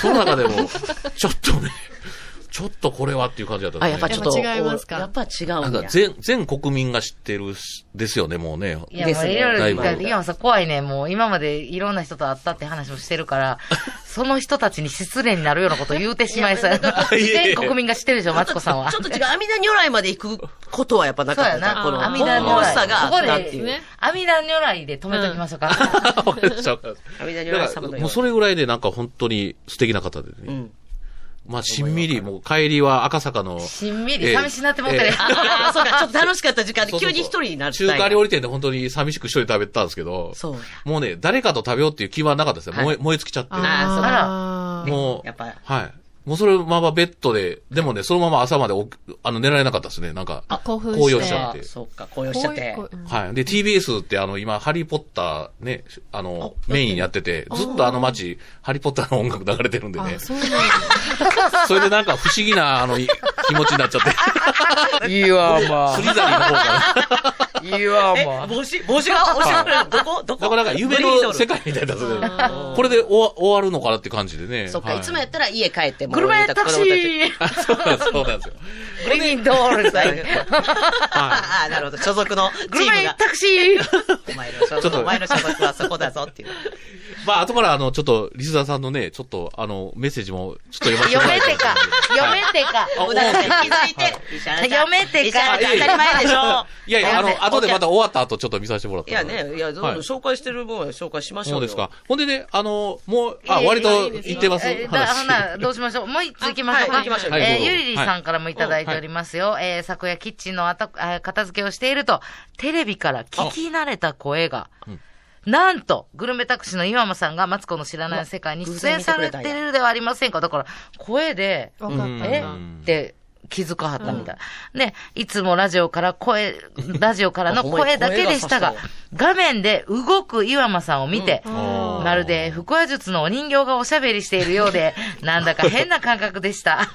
Speaker 7: その中でも、ちょっとね、ちょっとこれはっていう感じだったん
Speaker 3: あ、
Speaker 7: で
Speaker 3: や
Speaker 7: す
Speaker 3: っぱちょっと。
Speaker 5: やっぱ違いますか
Speaker 3: やっぱ違
Speaker 7: な
Speaker 3: うんん
Speaker 7: か
Speaker 3: や。
Speaker 7: 全、全国民が知ってるし ですよね、もうね。
Speaker 4: いや、も
Speaker 3: です
Speaker 4: う
Speaker 3: ね
Speaker 4: いろいろ言った
Speaker 7: だい
Speaker 4: ら、
Speaker 7: ぶ
Speaker 4: 今さ、怖いね。もう今までいろんな人と会ったって話もしてるから、その人たちに失礼になるようなこと言うてしまいそうやな。
Speaker 7: いやいやい
Speaker 4: 全
Speaker 7: や
Speaker 4: 国民が知ってるでしょ、マツコさんは。
Speaker 3: ちょっと違う、阿弥陀如来まで行くことはやっぱなか
Speaker 4: そう
Speaker 3: った
Speaker 4: や
Speaker 3: じゃん。この、
Speaker 4: な。阿弥
Speaker 3: 神
Speaker 4: 陀如
Speaker 3: 々しさ
Speaker 4: 来。
Speaker 3: が
Speaker 4: そ
Speaker 3: あったっ
Speaker 4: こ
Speaker 3: ていう。
Speaker 4: で、阿弥陀如来で止めときましょうか。
Speaker 7: わかりましたわかりました
Speaker 3: 阿弥陀如来
Speaker 7: だか
Speaker 3: 様の
Speaker 7: ら、
Speaker 3: よ
Speaker 7: も
Speaker 3: う
Speaker 7: うそれぐらいでなんか本当に素敵な方でね。
Speaker 3: ん
Speaker 7: まあ、しんみり、もう帰りは赤坂の。
Speaker 4: しんみ
Speaker 7: え
Speaker 4: り、
Speaker 7: え
Speaker 4: 寂しなってもってる。
Speaker 7: ええ
Speaker 3: ああ、そうか、ちょっと楽しかった時間で
Speaker 7: そうそ
Speaker 3: 急
Speaker 7: うそう
Speaker 3: に一人になる。
Speaker 7: 中華料理店で本当に寂しく一人で食べてたんですけど。
Speaker 3: そうや
Speaker 7: もうね、誰かと食べようっていう気はなかったですね。
Speaker 3: はい
Speaker 7: 燃え、燃え尽きちゃって。
Speaker 3: あ
Speaker 4: あら
Speaker 5: あー
Speaker 7: もう、
Speaker 3: やっぱ
Speaker 7: はい。もうそれままベッドで、でもね、そのまま朝までおあの寝られなかったですね。なんか、
Speaker 3: あ
Speaker 5: 興奮
Speaker 7: 高
Speaker 5: し
Speaker 7: 揚
Speaker 5: て。
Speaker 7: しちゃっ
Speaker 3: あ
Speaker 7: て
Speaker 3: ーそうか、紅葉しちゃって。
Speaker 5: こういうこううん
Speaker 7: はい。で、TBS ってあの、今、ハリーポッターね、あの、メインやってて、ずっとあの街、ハリーポッターの音楽流れてるんでね
Speaker 5: あ、。そうなん
Speaker 7: それでなんか不思議な、あの、い気持ちになっちゃって、
Speaker 4: いいわ、ま
Speaker 7: スリザリーの方から。
Speaker 4: あ。いい わ、
Speaker 3: え、
Speaker 4: まあ。
Speaker 3: 帽子、帽子が押しまくられる。どこどこ
Speaker 7: だからなんか夢の世界みたいになっててこれで終わ終わるのかなって感じでね。
Speaker 3: そっか、
Speaker 7: はい
Speaker 3: つもやったら家帰っても
Speaker 4: 車やタクシー
Speaker 7: あ そうなんです、そうなんですよ。
Speaker 4: グリーンドールズ。
Speaker 3: ああ、なるほど。所属の
Speaker 4: グ
Speaker 3: チー
Speaker 4: ル
Speaker 3: ム
Speaker 4: メ
Speaker 3: が。
Speaker 4: タクシ
Speaker 3: お
Speaker 4: ー
Speaker 3: 前の所
Speaker 7: ちょっ
Speaker 3: 属、
Speaker 7: と
Speaker 3: お前の所属はそこだぞっていう。
Speaker 7: まあ、後からあの、ちょっと、リスナーさんのね、ちょっと、あの、メッセージも、ちょっと読ませても
Speaker 4: 読
Speaker 7: ら
Speaker 4: め
Speaker 7: いたい
Speaker 4: て か。読めてか。
Speaker 3: 無駄に気づいて、石原さん
Speaker 4: 読めて
Speaker 3: 石原
Speaker 4: か
Speaker 3: さん当たり前でしょ。
Speaker 7: いやいや、あの、後でまた終わった後、ちょっと見させてもらっ
Speaker 3: い
Speaker 7: たら
Speaker 3: やね、いや、どんどん紹介してる分は紹介しましょ
Speaker 7: そ
Speaker 3: よ。
Speaker 7: ううですか。ほんでね、あの、もう、あ、
Speaker 4: いい
Speaker 7: 割と
Speaker 4: いいです
Speaker 7: 言ってます
Speaker 4: え。だ
Speaker 7: 話
Speaker 4: ほな、どうしましょう。もう一つ行きましょ
Speaker 3: あは
Speaker 4: うか。
Speaker 3: い行きましょう
Speaker 7: はい
Speaker 4: え
Speaker 7: どう
Speaker 4: ー
Speaker 7: ぞ
Speaker 4: ゆりりさんからもいただいておりますよ。えー昨夜キッチンのあたあ片付けをしていると、テレビから聞き慣れた声が、なんと、グルメタクシーの岩間さんがマツコの知らない世界に出演されているではありませんか。だから、声で、
Speaker 5: わかった
Speaker 4: え
Speaker 5: な。
Speaker 4: って気づかはったみたい。ね、いつもラジオか ら声、ラジオからの
Speaker 3: ほんまに
Speaker 4: 声だけでしたが
Speaker 3: 声が刺、
Speaker 4: 画面で動く岩間さんを見て、まるで腹話術のお人形がおしゃべりしているよう で、なんだか変な感覚でした。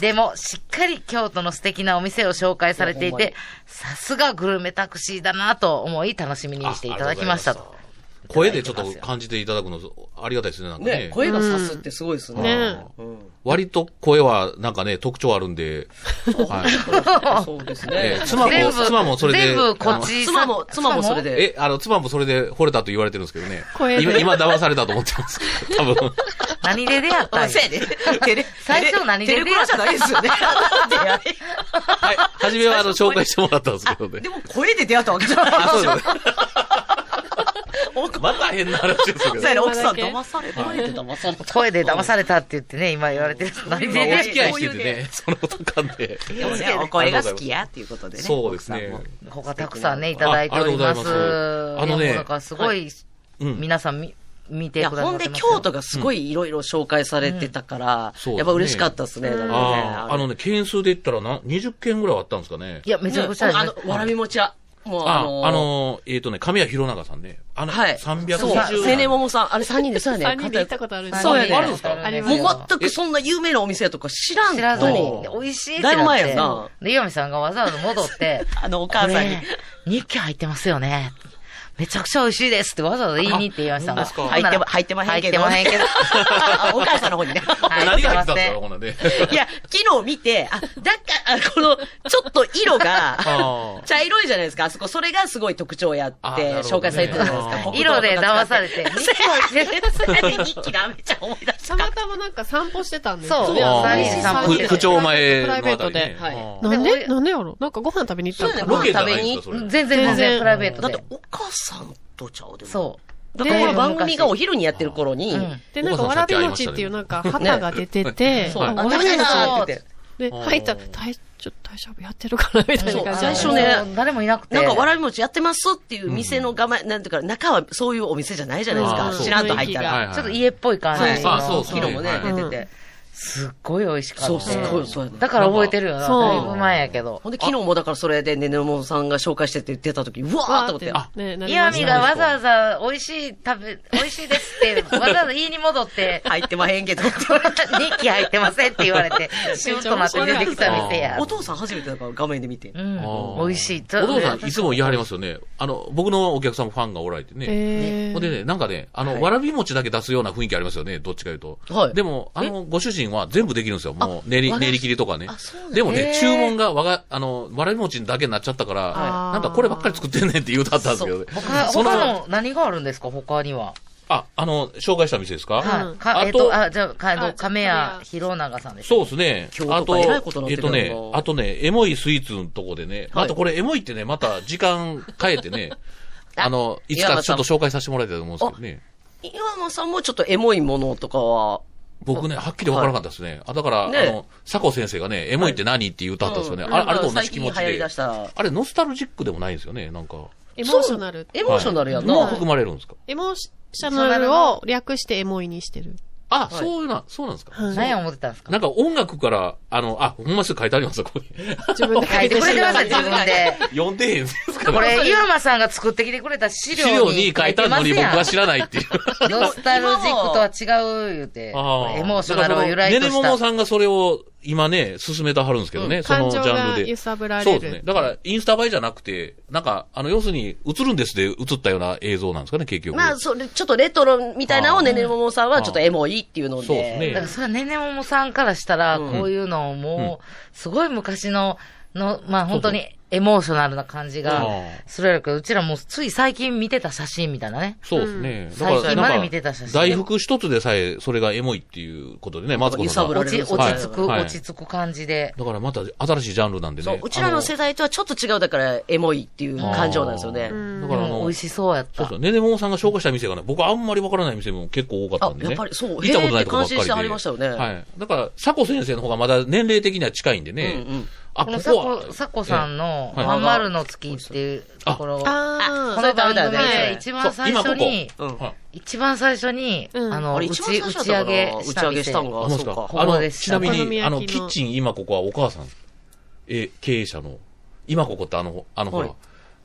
Speaker 4: でも、しっかり京都の素敵なお店を紹介されていて、さすがグルメタクシーだなと思い楽しみにしていただきましたと。
Speaker 7: 声でちょっと感じていただくの、ありがたいですね、なんかね。
Speaker 3: ね、声が刺すってすごいですね。
Speaker 5: ね
Speaker 7: 割と声は、なんかね、特徴あるんで、はい。
Speaker 3: そうです
Speaker 7: え
Speaker 3: ね
Speaker 7: え。妻も、
Speaker 4: 全部、
Speaker 7: 妻もそれで、
Speaker 4: 全部こっちさ
Speaker 3: 妻も、妻もそれ
Speaker 7: あの
Speaker 3: で。
Speaker 7: え、あの、妻もそれで惚れたと言われてるんですけどね。
Speaker 5: 声で
Speaker 7: 今、今騙されたと思ってます。多分。
Speaker 4: 何で出会ったんや
Speaker 3: せやで。テレ
Speaker 4: 最初何で
Speaker 3: テレコラじゃないですよね。
Speaker 7: はい。初めは、あの、紹介してもらったんですけど ね
Speaker 3: で。も声で出会ったわけじゃない
Speaker 7: あ、そうです。
Speaker 3: 奥
Speaker 7: また変な話ですけど
Speaker 3: さ。ん奥さん騙された。声で騙された。
Speaker 4: 声で騙されたって言ってね、今言われてる。何
Speaker 7: 今
Speaker 4: で
Speaker 7: お
Speaker 4: ね
Speaker 7: 付き合いしててね、そのことかんで。
Speaker 3: でもね、お声が好きやっていうことでね。
Speaker 7: そうですね
Speaker 3: 奥さんも。
Speaker 4: 他たくさんね、いただいております。
Speaker 7: あありがとうございますあのね
Speaker 4: いやもうだからすごい、
Speaker 7: うん
Speaker 4: 皆さんみ見
Speaker 3: い
Speaker 4: て
Speaker 3: や、
Speaker 4: くださ
Speaker 3: ほ
Speaker 4: っ
Speaker 3: ん
Speaker 4: て
Speaker 3: で
Speaker 4: ますよ
Speaker 3: 京都がすごいいろいろ紹介されてたから、
Speaker 7: うん
Speaker 3: やっぱ嬉しかったですね。だからね
Speaker 7: ああ、あ
Speaker 3: れ
Speaker 7: のね、件数で言ったらな、20件ぐらいはあったんですかね。
Speaker 4: いや、めちゃくちゃ
Speaker 3: ねあの、わらび餅屋。もう、あ
Speaker 7: あ、
Speaker 3: の
Speaker 7: あのー、えっ、とね、神谷弘長さんね。あの、
Speaker 3: はい。
Speaker 7: 320
Speaker 3: そう、青年桃さん。あれ3人で、そうやね。
Speaker 6: 3人で行ったことあるんです
Speaker 3: そうやね
Speaker 7: あるんですか
Speaker 4: ありますよ
Speaker 3: もう全くそんな有名なお店とか知らんと。
Speaker 4: 知らずに
Speaker 7: お、
Speaker 4: で
Speaker 7: う
Speaker 4: 美味しいって
Speaker 3: だいぶ
Speaker 4: なっ
Speaker 3: 前
Speaker 4: て
Speaker 3: やな。
Speaker 4: で、岩見さんがわざわざ戻って、
Speaker 3: あの、お
Speaker 4: こ
Speaker 3: 母さんに。
Speaker 4: れ、日記入ってますよね。めちゃくちゃ美味しいですってわざわざ言いに行って岩見さんが。
Speaker 7: あほん
Speaker 3: 入っても、
Speaker 4: 入
Speaker 3: 入っ
Speaker 4: っ
Speaker 3: て
Speaker 4: て
Speaker 3: ま
Speaker 4: ま
Speaker 3: へ
Speaker 4: へ
Speaker 3: ん
Speaker 4: ん
Speaker 3: け
Speaker 4: け
Speaker 3: ど。
Speaker 4: ど。
Speaker 3: お母さんの方にね。
Speaker 4: はい
Speaker 7: 何が入ってたんです
Speaker 4: すい
Speaker 7: か、
Speaker 4: ま
Speaker 7: こんなんで。
Speaker 3: いや、昨日見て、あ、だから、この、ちょっと色が
Speaker 7: あ、ー
Speaker 3: 茶色いじゃないですか、あそこ。それがすごい特徴やって
Speaker 7: あーなる、ほどね
Speaker 3: 紹介されてたじゃないですか
Speaker 7: あー。
Speaker 4: 色で騙され
Speaker 3: て。
Speaker 4: て、日記
Speaker 3: そうやねそれで日記だ、めっちゃ思い出し
Speaker 6: た。
Speaker 3: た
Speaker 6: またまなんか散歩してたんです
Speaker 4: そう
Speaker 6: ね
Speaker 4: あー
Speaker 6: 三人
Speaker 4: 散
Speaker 6: 三人
Speaker 4: 歩して
Speaker 6: で
Speaker 4: た
Speaker 7: 区区長
Speaker 6: プ
Speaker 7: 前の
Speaker 6: ラ
Speaker 7: あ
Speaker 6: イベー
Speaker 7: た
Speaker 6: ト
Speaker 7: りね
Speaker 6: で。。
Speaker 3: はい
Speaker 7: あ
Speaker 6: なん
Speaker 4: でも
Speaker 6: で、なんでやろなんかご飯食べに行った
Speaker 3: そう
Speaker 6: のか
Speaker 3: やね
Speaker 6: な
Speaker 7: ロケじゃないんですか、それ。
Speaker 4: 全然全
Speaker 6: 全
Speaker 4: 然
Speaker 6: 然
Speaker 4: プライベート
Speaker 3: だって
Speaker 4: で。、
Speaker 3: お母さんとちゃうでも。
Speaker 4: そ
Speaker 3: だからこの番組がお昼にやってる頃に、
Speaker 4: うん
Speaker 6: で、なんかわらび餅っていうなんか旗が出てて、
Speaker 3: そう、
Speaker 6: あ
Speaker 3: あ、
Speaker 6: わら
Speaker 3: 食
Speaker 6: び餅
Speaker 3: べたいなーって言って。
Speaker 6: で、入ったら、大、ちょっと大丈夫やってるかなみたいな
Speaker 3: そう
Speaker 6: 感じ。
Speaker 3: 最初ね
Speaker 4: あの誰もいなくて。
Speaker 3: なんか、わらび餅やってますっていう店の構え、なんていうか、中はそういうお店じゃないじゃないです
Speaker 7: うんあーそ
Speaker 3: か。
Speaker 7: う
Speaker 3: 知らんと入った
Speaker 7: はい
Speaker 3: ら。
Speaker 7: はい
Speaker 4: ちょっと家っぽい感じ
Speaker 3: はい
Speaker 4: の
Speaker 7: あそうそう
Speaker 3: 色もね、
Speaker 7: はい
Speaker 3: 出て
Speaker 5: う
Speaker 3: て。
Speaker 4: すっごい美味しかった。
Speaker 3: そう、すごい、そうやね。
Speaker 4: だから覚えてるよな。
Speaker 6: そう
Speaker 4: だいぶ前やけど。
Speaker 3: ほんで、昨日もだからそれで、ねねもさんが紹介してって言ってた時、うわーって思って、あ、
Speaker 6: ね、なり
Speaker 4: 岩
Speaker 6: ま
Speaker 4: 見
Speaker 6: し
Speaker 4: が
Speaker 6: た
Speaker 4: わざわざ美味しい食べ、美味しいですって、わざわざ家に戻って、
Speaker 3: 入ってまへんけどって。
Speaker 4: 日記入ってませんって言われて、シュッとなって出てきた店や
Speaker 3: お。父さん初めてだから画面で見て
Speaker 4: う。ん
Speaker 7: あ、ー
Speaker 4: 美味しい。
Speaker 7: お父さん、いつも言い張りますよね。あの、僕のお客様ファンがおられてね。
Speaker 6: え
Speaker 7: ほんでね、なんかね、あの、わらび餅だけ出すような雰囲気ありますよね、どっちかいうと。
Speaker 3: はい
Speaker 7: でも、あの、ご主人は全部できるんですよ、もう、練り、
Speaker 3: わら
Speaker 7: 練り切りとかね。
Speaker 3: そう
Speaker 7: でも
Speaker 4: へ
Speaker 7: ね
Speaker 4: ー、
Speaker 7: 注文がわが、あの、わらび餅だけになっちゃったから、
Speaker 3: は
Speaker 7: なんかこればっかり作ってんねんって言うたったんですけどね。
Speaker 4: 他
Speaker 7: その
Speaker 4: 他の何があるんですか他には。
Speaker 7: あ、あの、紹介した店ですか
Speaker 4: はい。
Speaker 7: あ
Speaker 4: かえっと、あ、じゃあか、あの
Speaker 6: あ
Speaker 4: 亀屋広長さんです。
Speaker 7: そうですね。
Speaker 3: 今日とかえらいことになって
Speaker 7: えっ
Speaker 3: るよ
Speaker 7: と
Speaker 3: な
Speaker 7: ね、あとね、エモいスイーツのとこでね、
Speaker 3: はい
Speaker 7: またこれエモいってね、また時間変え てね、あの、いつ
Speaker 3: 岩
Speaker 7: か
Speaker 3: 間
Speaker 7: ち
Speaker 3: さ
Speaker 7: ょ
Speaker 3: ん
Speaker 7: っと紹介させてもらいたいと思うんですけどね。
Speaker 3: 岩間さんもちょっとエモいものとかは、
Speaker 7: 僕ね、はっきりわからなかったですね。あ、だから、
Speaker 3: ね
Speaker 7: あの、佐古先生がね、エモいって何って言ったんですよね。
Speaker 3: う
Speaker 7: あ
Speaker 3: ん
Speaker 7: れ、あれと同じ気持ち
Speaker 3: 最近流行り
Speaker 7: で
Speaker 3: 出し。た
Speaker 7: あれ、ノスタルジックでもないんですよね、なんか。
Speaker 6: エモーショナル。
Speaker 3: エモーショナルやん
Speaker 7: もう
Speaker 3: な。
Speaker 7: 含まれるんですか
Speaker 6: エモーショナルを略してエモいにしてる。
Speaker 7: あ、そうな、そうなんですか。
Speaker 5: はい
Speaker 4: 何や思ってたんですか
Speaker 7: なんか音楽から、あの、あ、ほんますぐ書いてありますよここに。
Speaker 5: 自分で書
Speaker 4: 書い
Speaker 5: い
Speaker 4: て
Speaker 5: て
Speaker 4: くれてください、自分で。
Speaker 7: 読んでへんですか
Speaker 4: これ、ユーマさんが作ってきてくれた資
Speaker 7: 資
Speaker 4: 料
Speaker 7: 料
Speaker 4: に
Speaker 7: に書いてあるのに僕は知らないっていう。
Speaker 4: ノスタルジックとは違う言うて、
Speaker 7: あ
Speaker 4: こ
Speaker 7: あ
Speaker 4: れエモーショナルを由来と
Speaker 7: だからそのね
Speaker 4: し
Speaker 7: ねもも
Speaker 4: た。
Speaker 7: さんがそれを今ね、進めてはるんですけどね、
Speaker 5: うん
Speaker 7: そのジャンル
Speaker 5: 感情
Speaker 7: で。
Speaker 5: が揺さぶられる
Speaker 7: そうですね。だから、インスタ映えじゃなくて、なんか、あの、要するに、映るんですで映ったような映像なんですかね、結局。
Speaker 3: まあ、それ、ちょっとレトロみたいなのをねねももさんはちょっとエモいっていうの
Speaker 7: そうです
Speaker 3: で。
Speaker 4: だから
Speaker 7: ね。
Speaker 4: それはねねももさんからしたら、
Speaker 3: うん
Speaker 4: こういうのをもう、すごい昔の、の、まあ本当にエモーショナルな感じが
Speaker 7: ああ
Speaker 4: するやろうけど、うちらもうつい最近見てた写真みたいなね。
Speaker 7: そうですね。
Speaker 4: ん
Speaker 7: だから、
Speaker 4: 最近まで見て
Speaker 7: な
Speaker 4: た
Speaker 7: ん
Speaker 4: 写
Speaker 7: か、
Speaker 4: 真
Speaker 7: 大福一つでさえ、それがエモいっていうことでね、マツコさん
Speaker 3: 揺さぶら
Speaker 7: が
Speaker 3: れ
Speaker 4: 落
Speaker 3: る
Speaker 4: ち、
Speaker 3: そう
Speaker 4: 落ち着く、
Speaker 7: はい
Speaker 4: 落ち着く感じで。
Speaker 7: だからまた新しいジャンルなんで
Speaker 3: そう
Speaker 7: ね。
Speaker 3: うちらの世代とはちょっと違う、だから、エモいっていう感情なんですよね
Speaker 7: あ。のだ
Speaker 4: で
Speaker 7: からあの
Speaker 4: も美味しそうやっ
Speaker 7: そう
Speaker 4: た
Speaker 7: そう。。ねねももさんが紹介した店がね、僕あんまりわからない店も結構多かったんでね。
Speaker 3: あやっぱりそう
Speaker 7: 行ったことないとこばっかり
Speaker 3: へーって感心し
Speaker 7: で。
Speaker 3: てはりましたよね
Speaker 7: はい。だから、佐古先生の方がまだ年齢的には近いんでね。
Speaker 3: うんうん
Speaker 7: あ、
Speaker 4: こ
Speaker 7: こ
Speaker 4: の
Speaker 7: こ
Speaker 4: さ
Speaker 7: は
Speaker 4: こ、。さこさんの、
Speaker 7: はい
Speaker 4: まんまるの月っていうところ、こ
Speaker 5: あ
Speaker 3: そ
Speaker 5: あ。
Speaker 3: れ
Speaker 4: の
Speaker 3: ダメ
Speaker 4: 番
Speaker 3: だ
Speaker 4: 組
Speaker 3: よね
Speaker 4: で一番最初に、
Speaker 3: うん。
Speaker 7: はい
Speaker 4: 一番最初に、
Speaker 5: うん
Speaker 4: あの、
Speaker 3: あれ
Speaker 4: 打
Speaker 3: 一番最
Speaker 4: ち、打
Speaker 3: 初
Speaker 4: ち
Speaker 3: だ
Speaker 4: 上
Speaker 3: ったかな
Speaker 4: げ
Speaker 3: 打
Speaker 4: し
Speaker 3: ち
Speaker 4: た
Speaker 3: 上げしたん
Speaker 4: 店。
Speaker 7: あ、
Speaker 3: が、そ
Speaker 7: そうで
Speaker 3: う
Speaker 7: すか
Speaker 3: か。。
Speaker 4: こ
Speaker 7: あ
Speaker 4: こ
Speaker 7: の、
Speaker 4: でし
Speaker 7: ち
Speaker 4: た
Speaker 7: なみ
Speaker 5: お好み
Speaker 7: に、あ
Speaker 5: 焼きの
Speaker 7: の、キッチン今ここはお母さん、え、経営者の、今ここってあの、あの、ほ
Speaker 3: は
Speaker 7: ら
Speaker 3: い、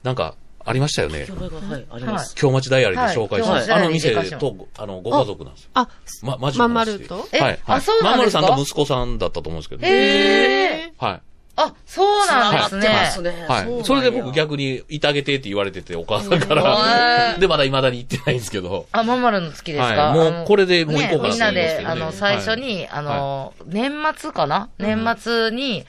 Speaker 7: なんか、ありましたよね。
Speaker 3: 業界が、はい、あります。
Speaker 7: 京町ダイアリーで紹介し
Speaker 4: は
Speaker 3: 京町
Speaker 4: いダ
Speaker 7: た、
Speaker 4: イ
Speaker 7: あ
Speaker 4: ア
Speaker 7: の
Speaker 4: リーで
Speaker 7: 店
Speaker 4: 行かしても
Speaker 7: と、あの、ご家族なんですよ。
Speaker 5: あ、
Speaker 7: ま、マジ
Speaker 5: まんまると
Speaker 4: えあそうなんですか
Speaker 7: まんまるさんと息子さんだったと思うんですけど。
Speaker 4: ええ
Speaker 7: はい。
Speaker 4: あ、そうなんで
Speaker 3: 繋がっ
Speaker 4: す
Speaker 3: て
Speaker 4: ね。
Speaker 3: ますね。うなん
Speaker 7: はい。
Speaker 3: や
Speaker 7: それで僕逆に、いてあげてって言われてて、お母さんか
Speaker 4: へ
Speaker 7: ら。
Speaker 4: ー
Speaker 7: で、まだ未だに行ってないんですけど。
Speaker 4: あ、まんまるの月ですか、
Speaker 7: はいもう
Speaker 4: あの
Speaker 7: これでもう行こうかなと思いますけどね
Speaker 4: みんなで、あの、最初に、あの、年末かな年末に、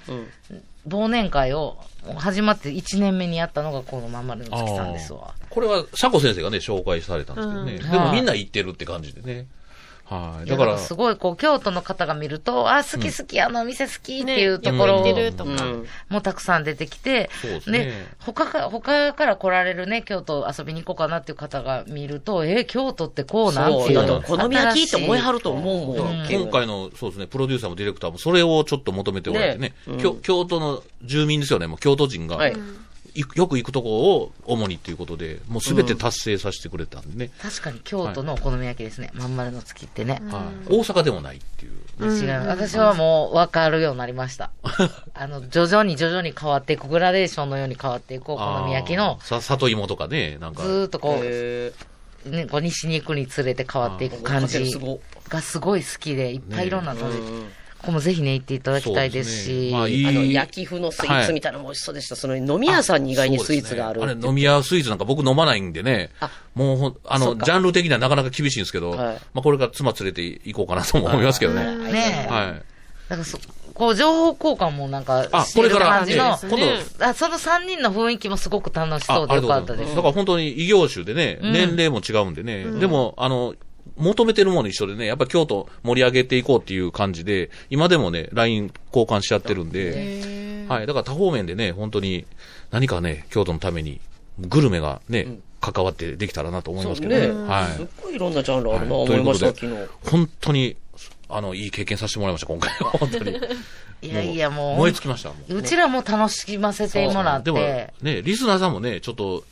Speaker 4: 忘年会を、始まって1年目にやったのが、このまんまるの月さんですわ。
Speaker 7: これは、シャコ先生がね、紹介されたんですけどね。
Speaker 4: ん
Speaker 7: で
Speaker 4: は
Speaker 7: も
Speaker 4: い
Speaker 7: みんな行ってるって感じでね。はい。
Speaker 4: いや
Speaker 7: だから、
Speaker 4: すごい、こう、京都の方が見ると、あ、好き好き、あのお店好きっていうところ
Speaker 7: ね
Speaker 5: いると
Speaker 3: う
Speaker 5: か。
Speaker 3: ん。
Speaker 4: もうたくさん出てきて、
Speaker 7: そうですね
Speaker 4: 他か、他から来られるね、京都遊びに行こうかなっていう方が見ると、えー京都ってこうなんて
Speaker 3: そう、
Speaker 4: いう。
Speaker 3: だってお好み焼きって思いはると思うもん。
Speaker 7: 今回の、そうですね、プロデューサーもディレクターも、それをちょっと求めておられてね
Speaker 3: ねうん
Speaker 7: きょ京都の住民ですよね、もう京都人が。
Speaker 3: はい
Speaker 7: いくよく行くとこを主にということで、もうすべて達成させてくれたんでね。
Speaker 4: 確かに京都のお好み焼きですね。まんまるの月ってね。
Speaker 7: はい。大阪でもないっていう。
Speaker 4: 違う。私はもう分かるようになりました。あの、徐々に徐々に変わっていく、グラデーションのように変わっていくお好み焼きの
Speaker 7: あー、さ、里芋とかね、なん
Speaker 4: ず
Speaker 7: か。
Speaker 4: ーっとこう、
Speaker 3: へ
Speaker 4: ね、こう西に行くにつれて変わっていく感
Speaker 3: あー
Speaker 4: じ
Speaker 3: すごい
Speaker 4: がすごい好きで、いっぱいいろんなので、
Speaker 3: うんうん
Speaker 4: ここもぜひね、行っていただきたいです
Speaker 7: そうで
Speaker 4: し。
Speaker 7: すねまあいい
Speaker 3: ーあの、焼き風のスイーツみたいなのも美味しそうでした。その飲み屋さんに意外にスイーツがある
Speaker 7: そうですねあれ、飲み屋スイーツなんか僕飲まないんでね
Speaker 3: あ。
Speaker 7: もうほん、あ
Speaker 3: そ
Speaker 7: の、
Speaker 3: っか
Speaker 7: ジャンル的にはなかなか厳しいんですけど、
Speaker 3: はい
Speaker 7: まあこれから妻連れて行こうかなとも思いますけどね。
Speaker 4: ねえ。
Speaker 7: はい。
Speaker 4: だからそ、こう、情報交換もなんか
Speaker 7: あ、
Speaker 4: して
Speaker 7: これ
Speaker 4: る
Speaker 7: から、
Speaker 4: 感
Speaker 7: ね
Speaker 4: じの、
Speaker 7: 今度、
Speaker 4: あその3人の雰囲気もすごく楽し
Speaker 7: あ
Speaker 4: そうでよかっ
Speaker 7: あ
Speaker 4: た
Speaker 7: り
Speaker 4: で
Speaker 7: がとうございますす。だ。から本当に異業種でね、
Speaker 4: うん
Speaker 7: 年齢も違うんでね、でも、あの、求めてるもの一緒でね、やっぱ京都盛り上げていこうっていう感じで、今でもね、LINE 交換しちゃってるんで、はい。だから多方面でね、本当に何かね、京都のために、グルメがね、関わってできたらなと思いますけどね。
Speaker 3: そうね
Speaker 7: はい。
Speaker 3: すっごいいろんなジャンルあるな、
Speaker 7: はい
Speaker 3: 思いました、
Speaker 7: と
Speaker 3: 昨
Speaker 7: いう
Speaker 3: 日。
Speaker 7: ことで本当に、あの、いい経験させてもらいました、今回は。 本当に。
Speaker 4: いやいや、もう。
Speaker 7: 燃え尽きました。もう
Speaker 4: うちらも楽しませてもらっ
Speaker 7: でもね
Speaker 4: て、、
Speaker 7: リスナーさんもね、ちょっと、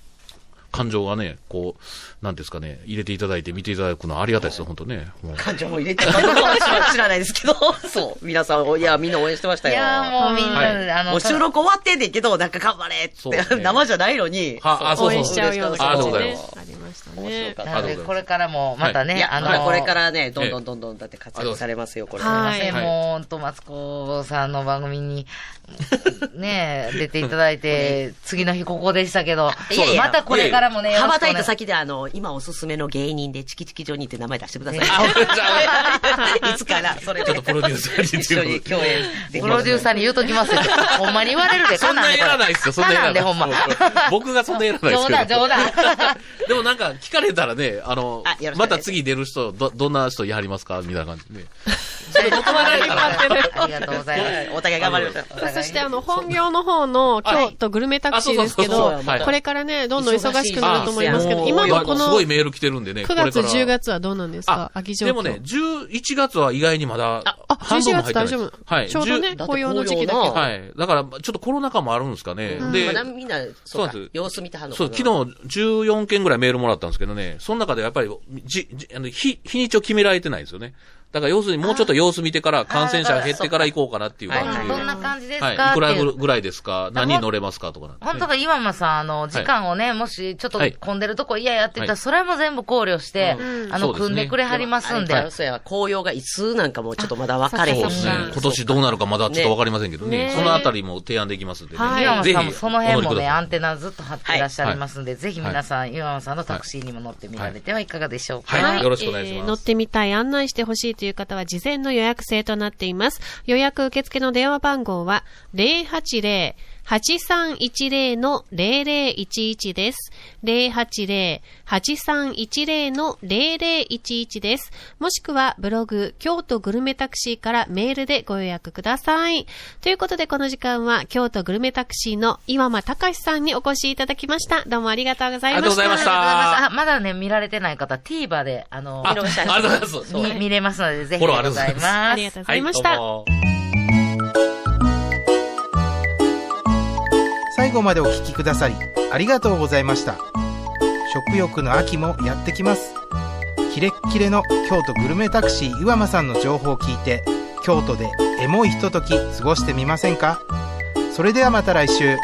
Speaker 7: 感情がね、こう、なんていうんですかね、入れていただいて見ていただくのはありがたいですよ、本当ね。もう
Speaker 3: 感情も入れてたのかも知らないですけど、 そう、皆さん、いや、みんな応援してました
Speaker 4: い
Speaker 3: よ。
Speaker 4: やもうみんな
Speaker 7: は
Speaker 4: で、あ
Speaker 3: も
Speaker 4: の、
Speaker 3: う収録終わってんねんけど、なんか頑張れっ
Speaker 7: そうで
Speaker 3: て、
Speaker 7: すね
Speaker 3: 生じゃないのに、
Speaker 7: はあ、そ
Speaker 5: 応
Speaker 7: うそう
Speaker 5: 援しち
Speaker 7: そう。
Speaker 5: ゃうような
Speaker 7: あ
Speaker 5: 感
Speaker 7: りがと
Speaker 5: じ
Speaker 7: うござい
Speaker 5: で
Speaker 7: ます。
Speaker 5: ありました
Speaker 3: 面白
Speaker 5: ね。
Speaker 3: かった
Speaker 4: なの
Speaker 7: ありがとうござい
Speaker 4: で、
Speaker 7: ます
Speaker 4: これからも、また
Speaker 7: は
Speaker 4: ね、
Speaker 3: いや、
Speaker 4: あの、
Speaker 3: これからね、どんど
Speaker 7: え
Speaker 3: ん
Speaker 7: え
Speaker 3: どんどんだって活躍されますよ、これ。
Speaker 5: は
Speaker 4: すいません
Speaker 7: はい
Speaker 4: もう、ほんと、マツコさんの番組に、ね、 出ていただいて、次の日ここでしたけど、
Speaker 3: いやいや
Speaker 4: またこれからもね、
Speaker 3: 羽ばたい
Speaker 4: よろ
Speaker 3: た
Speaker 4: しく
Speaker 3: 先で、あの、今おすすめの芸人で、チキチキジョニーって名前出してください。 いつから、それ
Speaker 7: ちょっとプロデューサーに
Speaker 3: 一緒に共演でき
Speaker 4: お願いプ
Speaker 3: ま
Speaker 4: ロ
Speaker 3: す
Speaker 4: デューサーに言うときますよ。ほんまに言われるで、
Speaker 7: そんな
Speaker 4: で
Speaker 7: いらないですよ、そんない
Speaker 4: かな
Speaker 7: ら
Speaker 4: んで、
Speaker 7: な
Speaker 4: ほ
Speaker 7: い。
Speaker 4: んま。
Speaker 7: 僕がそんないらないです
Speaker 4: 冗
Speaker 7: けど。
Speaker 4: 談、冗談。
Speaker 7: でもなんか、聞かれたらね、あの
Speaker 3: あよろしくお願いします
Speaker 7: また次出る人、ど、どんな人やりますかみたいな感じでね。
Speaker 4: ありがとうございます。
Speaker 3: お互い頑張りましょう。
Speaker 5: さあそしてあの、本業の方の京都グルメタクシーですけ
Speaker 7: あそ
Speaker 5: ど
Speaker 7: うそうそうそうはい、
Speaker 5: これからね、どんどん忙しくなると思いますけ
Speaker 7: も
Speaker 5: ど、
Speaker 7: う
Speaker 5: 今もこ
Speaker 7: す
Speaker 5: の
Speaker 7: ごい
Speaker 5: 9
Speaker 7: メール来てるんでね、これ
Speaker 5: 月、
Speaker 7: から
Speaker 5: 10月はどうなんですか秋状況。
Speaker 7: でもね、11月は意外にまだ、
Speaker 5: あ、
Speaker 7: 半分
Speaker 5: 11
Speaker 7: も入
Speaker 5: 月
Speaker 7: ってない
Speaker 5: 大丈夫。
Speaker 7: はい。
Speaker 5: ちょうどね、
Speaker 7: 10
Speaker 5: 紅葉の時期だけど。
Speaker 7: はい。だから、ちょっとコロナ禍もあるんですかね。で
Speaker 3: ま、だみんな、そうか
Speaker 7: そうなんです
Speaker 3: 様子見てはんのか
Speaker 7: そう、
Speaker 3: な
Speaker 7: 昨日14件ぐらいメールもらったんですけどね、その中でやっぱり、じ、じあの日、日にちを決められてないんですよね。だから要するにもうちょっと様子見てから、感染者減ってから行こうかなっていう
Speaker 4: どん
Speaker 7: 感
Speaker 4: な
Speaker 7: じ
Speaker 4: ど
Speaker 7: で。
Speaker 4: んな感じですか
Speaker 7: はい。いくら
Speaker 4: っていう
Speaker 7: ぐらいですか何人乗れますかとかなんて
Speaker 4: 本当が今間さん、あの、時間をね、もしちょっと
Speaker 7: はい
Speaker 4: 混んでるとこ嫌やって言った
Speaker 7: は
Speaker 4: ら、
Speaker 7: い
Speaker 4: それも全部考慮して、あ
Speaker 7: そ
Speaker 4: の、
Speaker 7: うですね
Speaker 4: 組んでくれはりますんで。
Speaker 3: あれそうやわ紅葉がいつなんかもちょっとまだ分かれへん
Speaker 7: そうですね。今年どうなるかまだちょっとわかりませんけどね。
Speaker 5: ね
Speaker 7: そのあたりも提案できますんでね。
Speaker 5: はい
Speaker 4: 岩間
Speaker 7: ぜ
Speaker 4: さんも
Speaker 7: ひ、
Speaker 4: その辺も
Speaker 7: お乗りく
Speaker 4: ね、
Speaker 7: ださい
Speaker 4: アンテナずっと張っていらっしゃいますんで、ぜひ皆さん、岩間さんのタクシーにも乗ってみられてはいかがでしょうか。
Speaker 7: はいよろしくお願いします
Speaker 5: えー乗ってみたい、案内してほしいという方は事前の予約制となっています。予約受付の電話番号は080-8310-0011です。080-8310-0011です。もしくはブログ、京都グルメタクシーからメールでご予約ください。ということでこの時間は京都グルメタクシーの岩間隆さんにお越しいただきました。どうもありがとうございました。
Speaker 7: ありがとうございました
Speaker 4: あ、まだね、見られてない方、TVer で、あの、
Speaker 7: あ、ありがとうございます。
Speaker 4: 見見れますので、ぜひ
Speaker 7: フォローあ
Speaker 4: ご
Speaker 7: りがとう
Speaker 4: ざい
Speaker 7: ございます
Speaker 4: ま
Speaker 5: あ
Speaker 4: す
Speaker 5: り。がとうございました。
Speaker 7: はいどうも
Speaker 2: 最後までお聞きくださりありがとうございました食欲の秋もやってきますキレッキレの京都グルメタクシー岩間さんの情報を聞いて京都でエモいひととき過ごしてみませんかそれではまた来週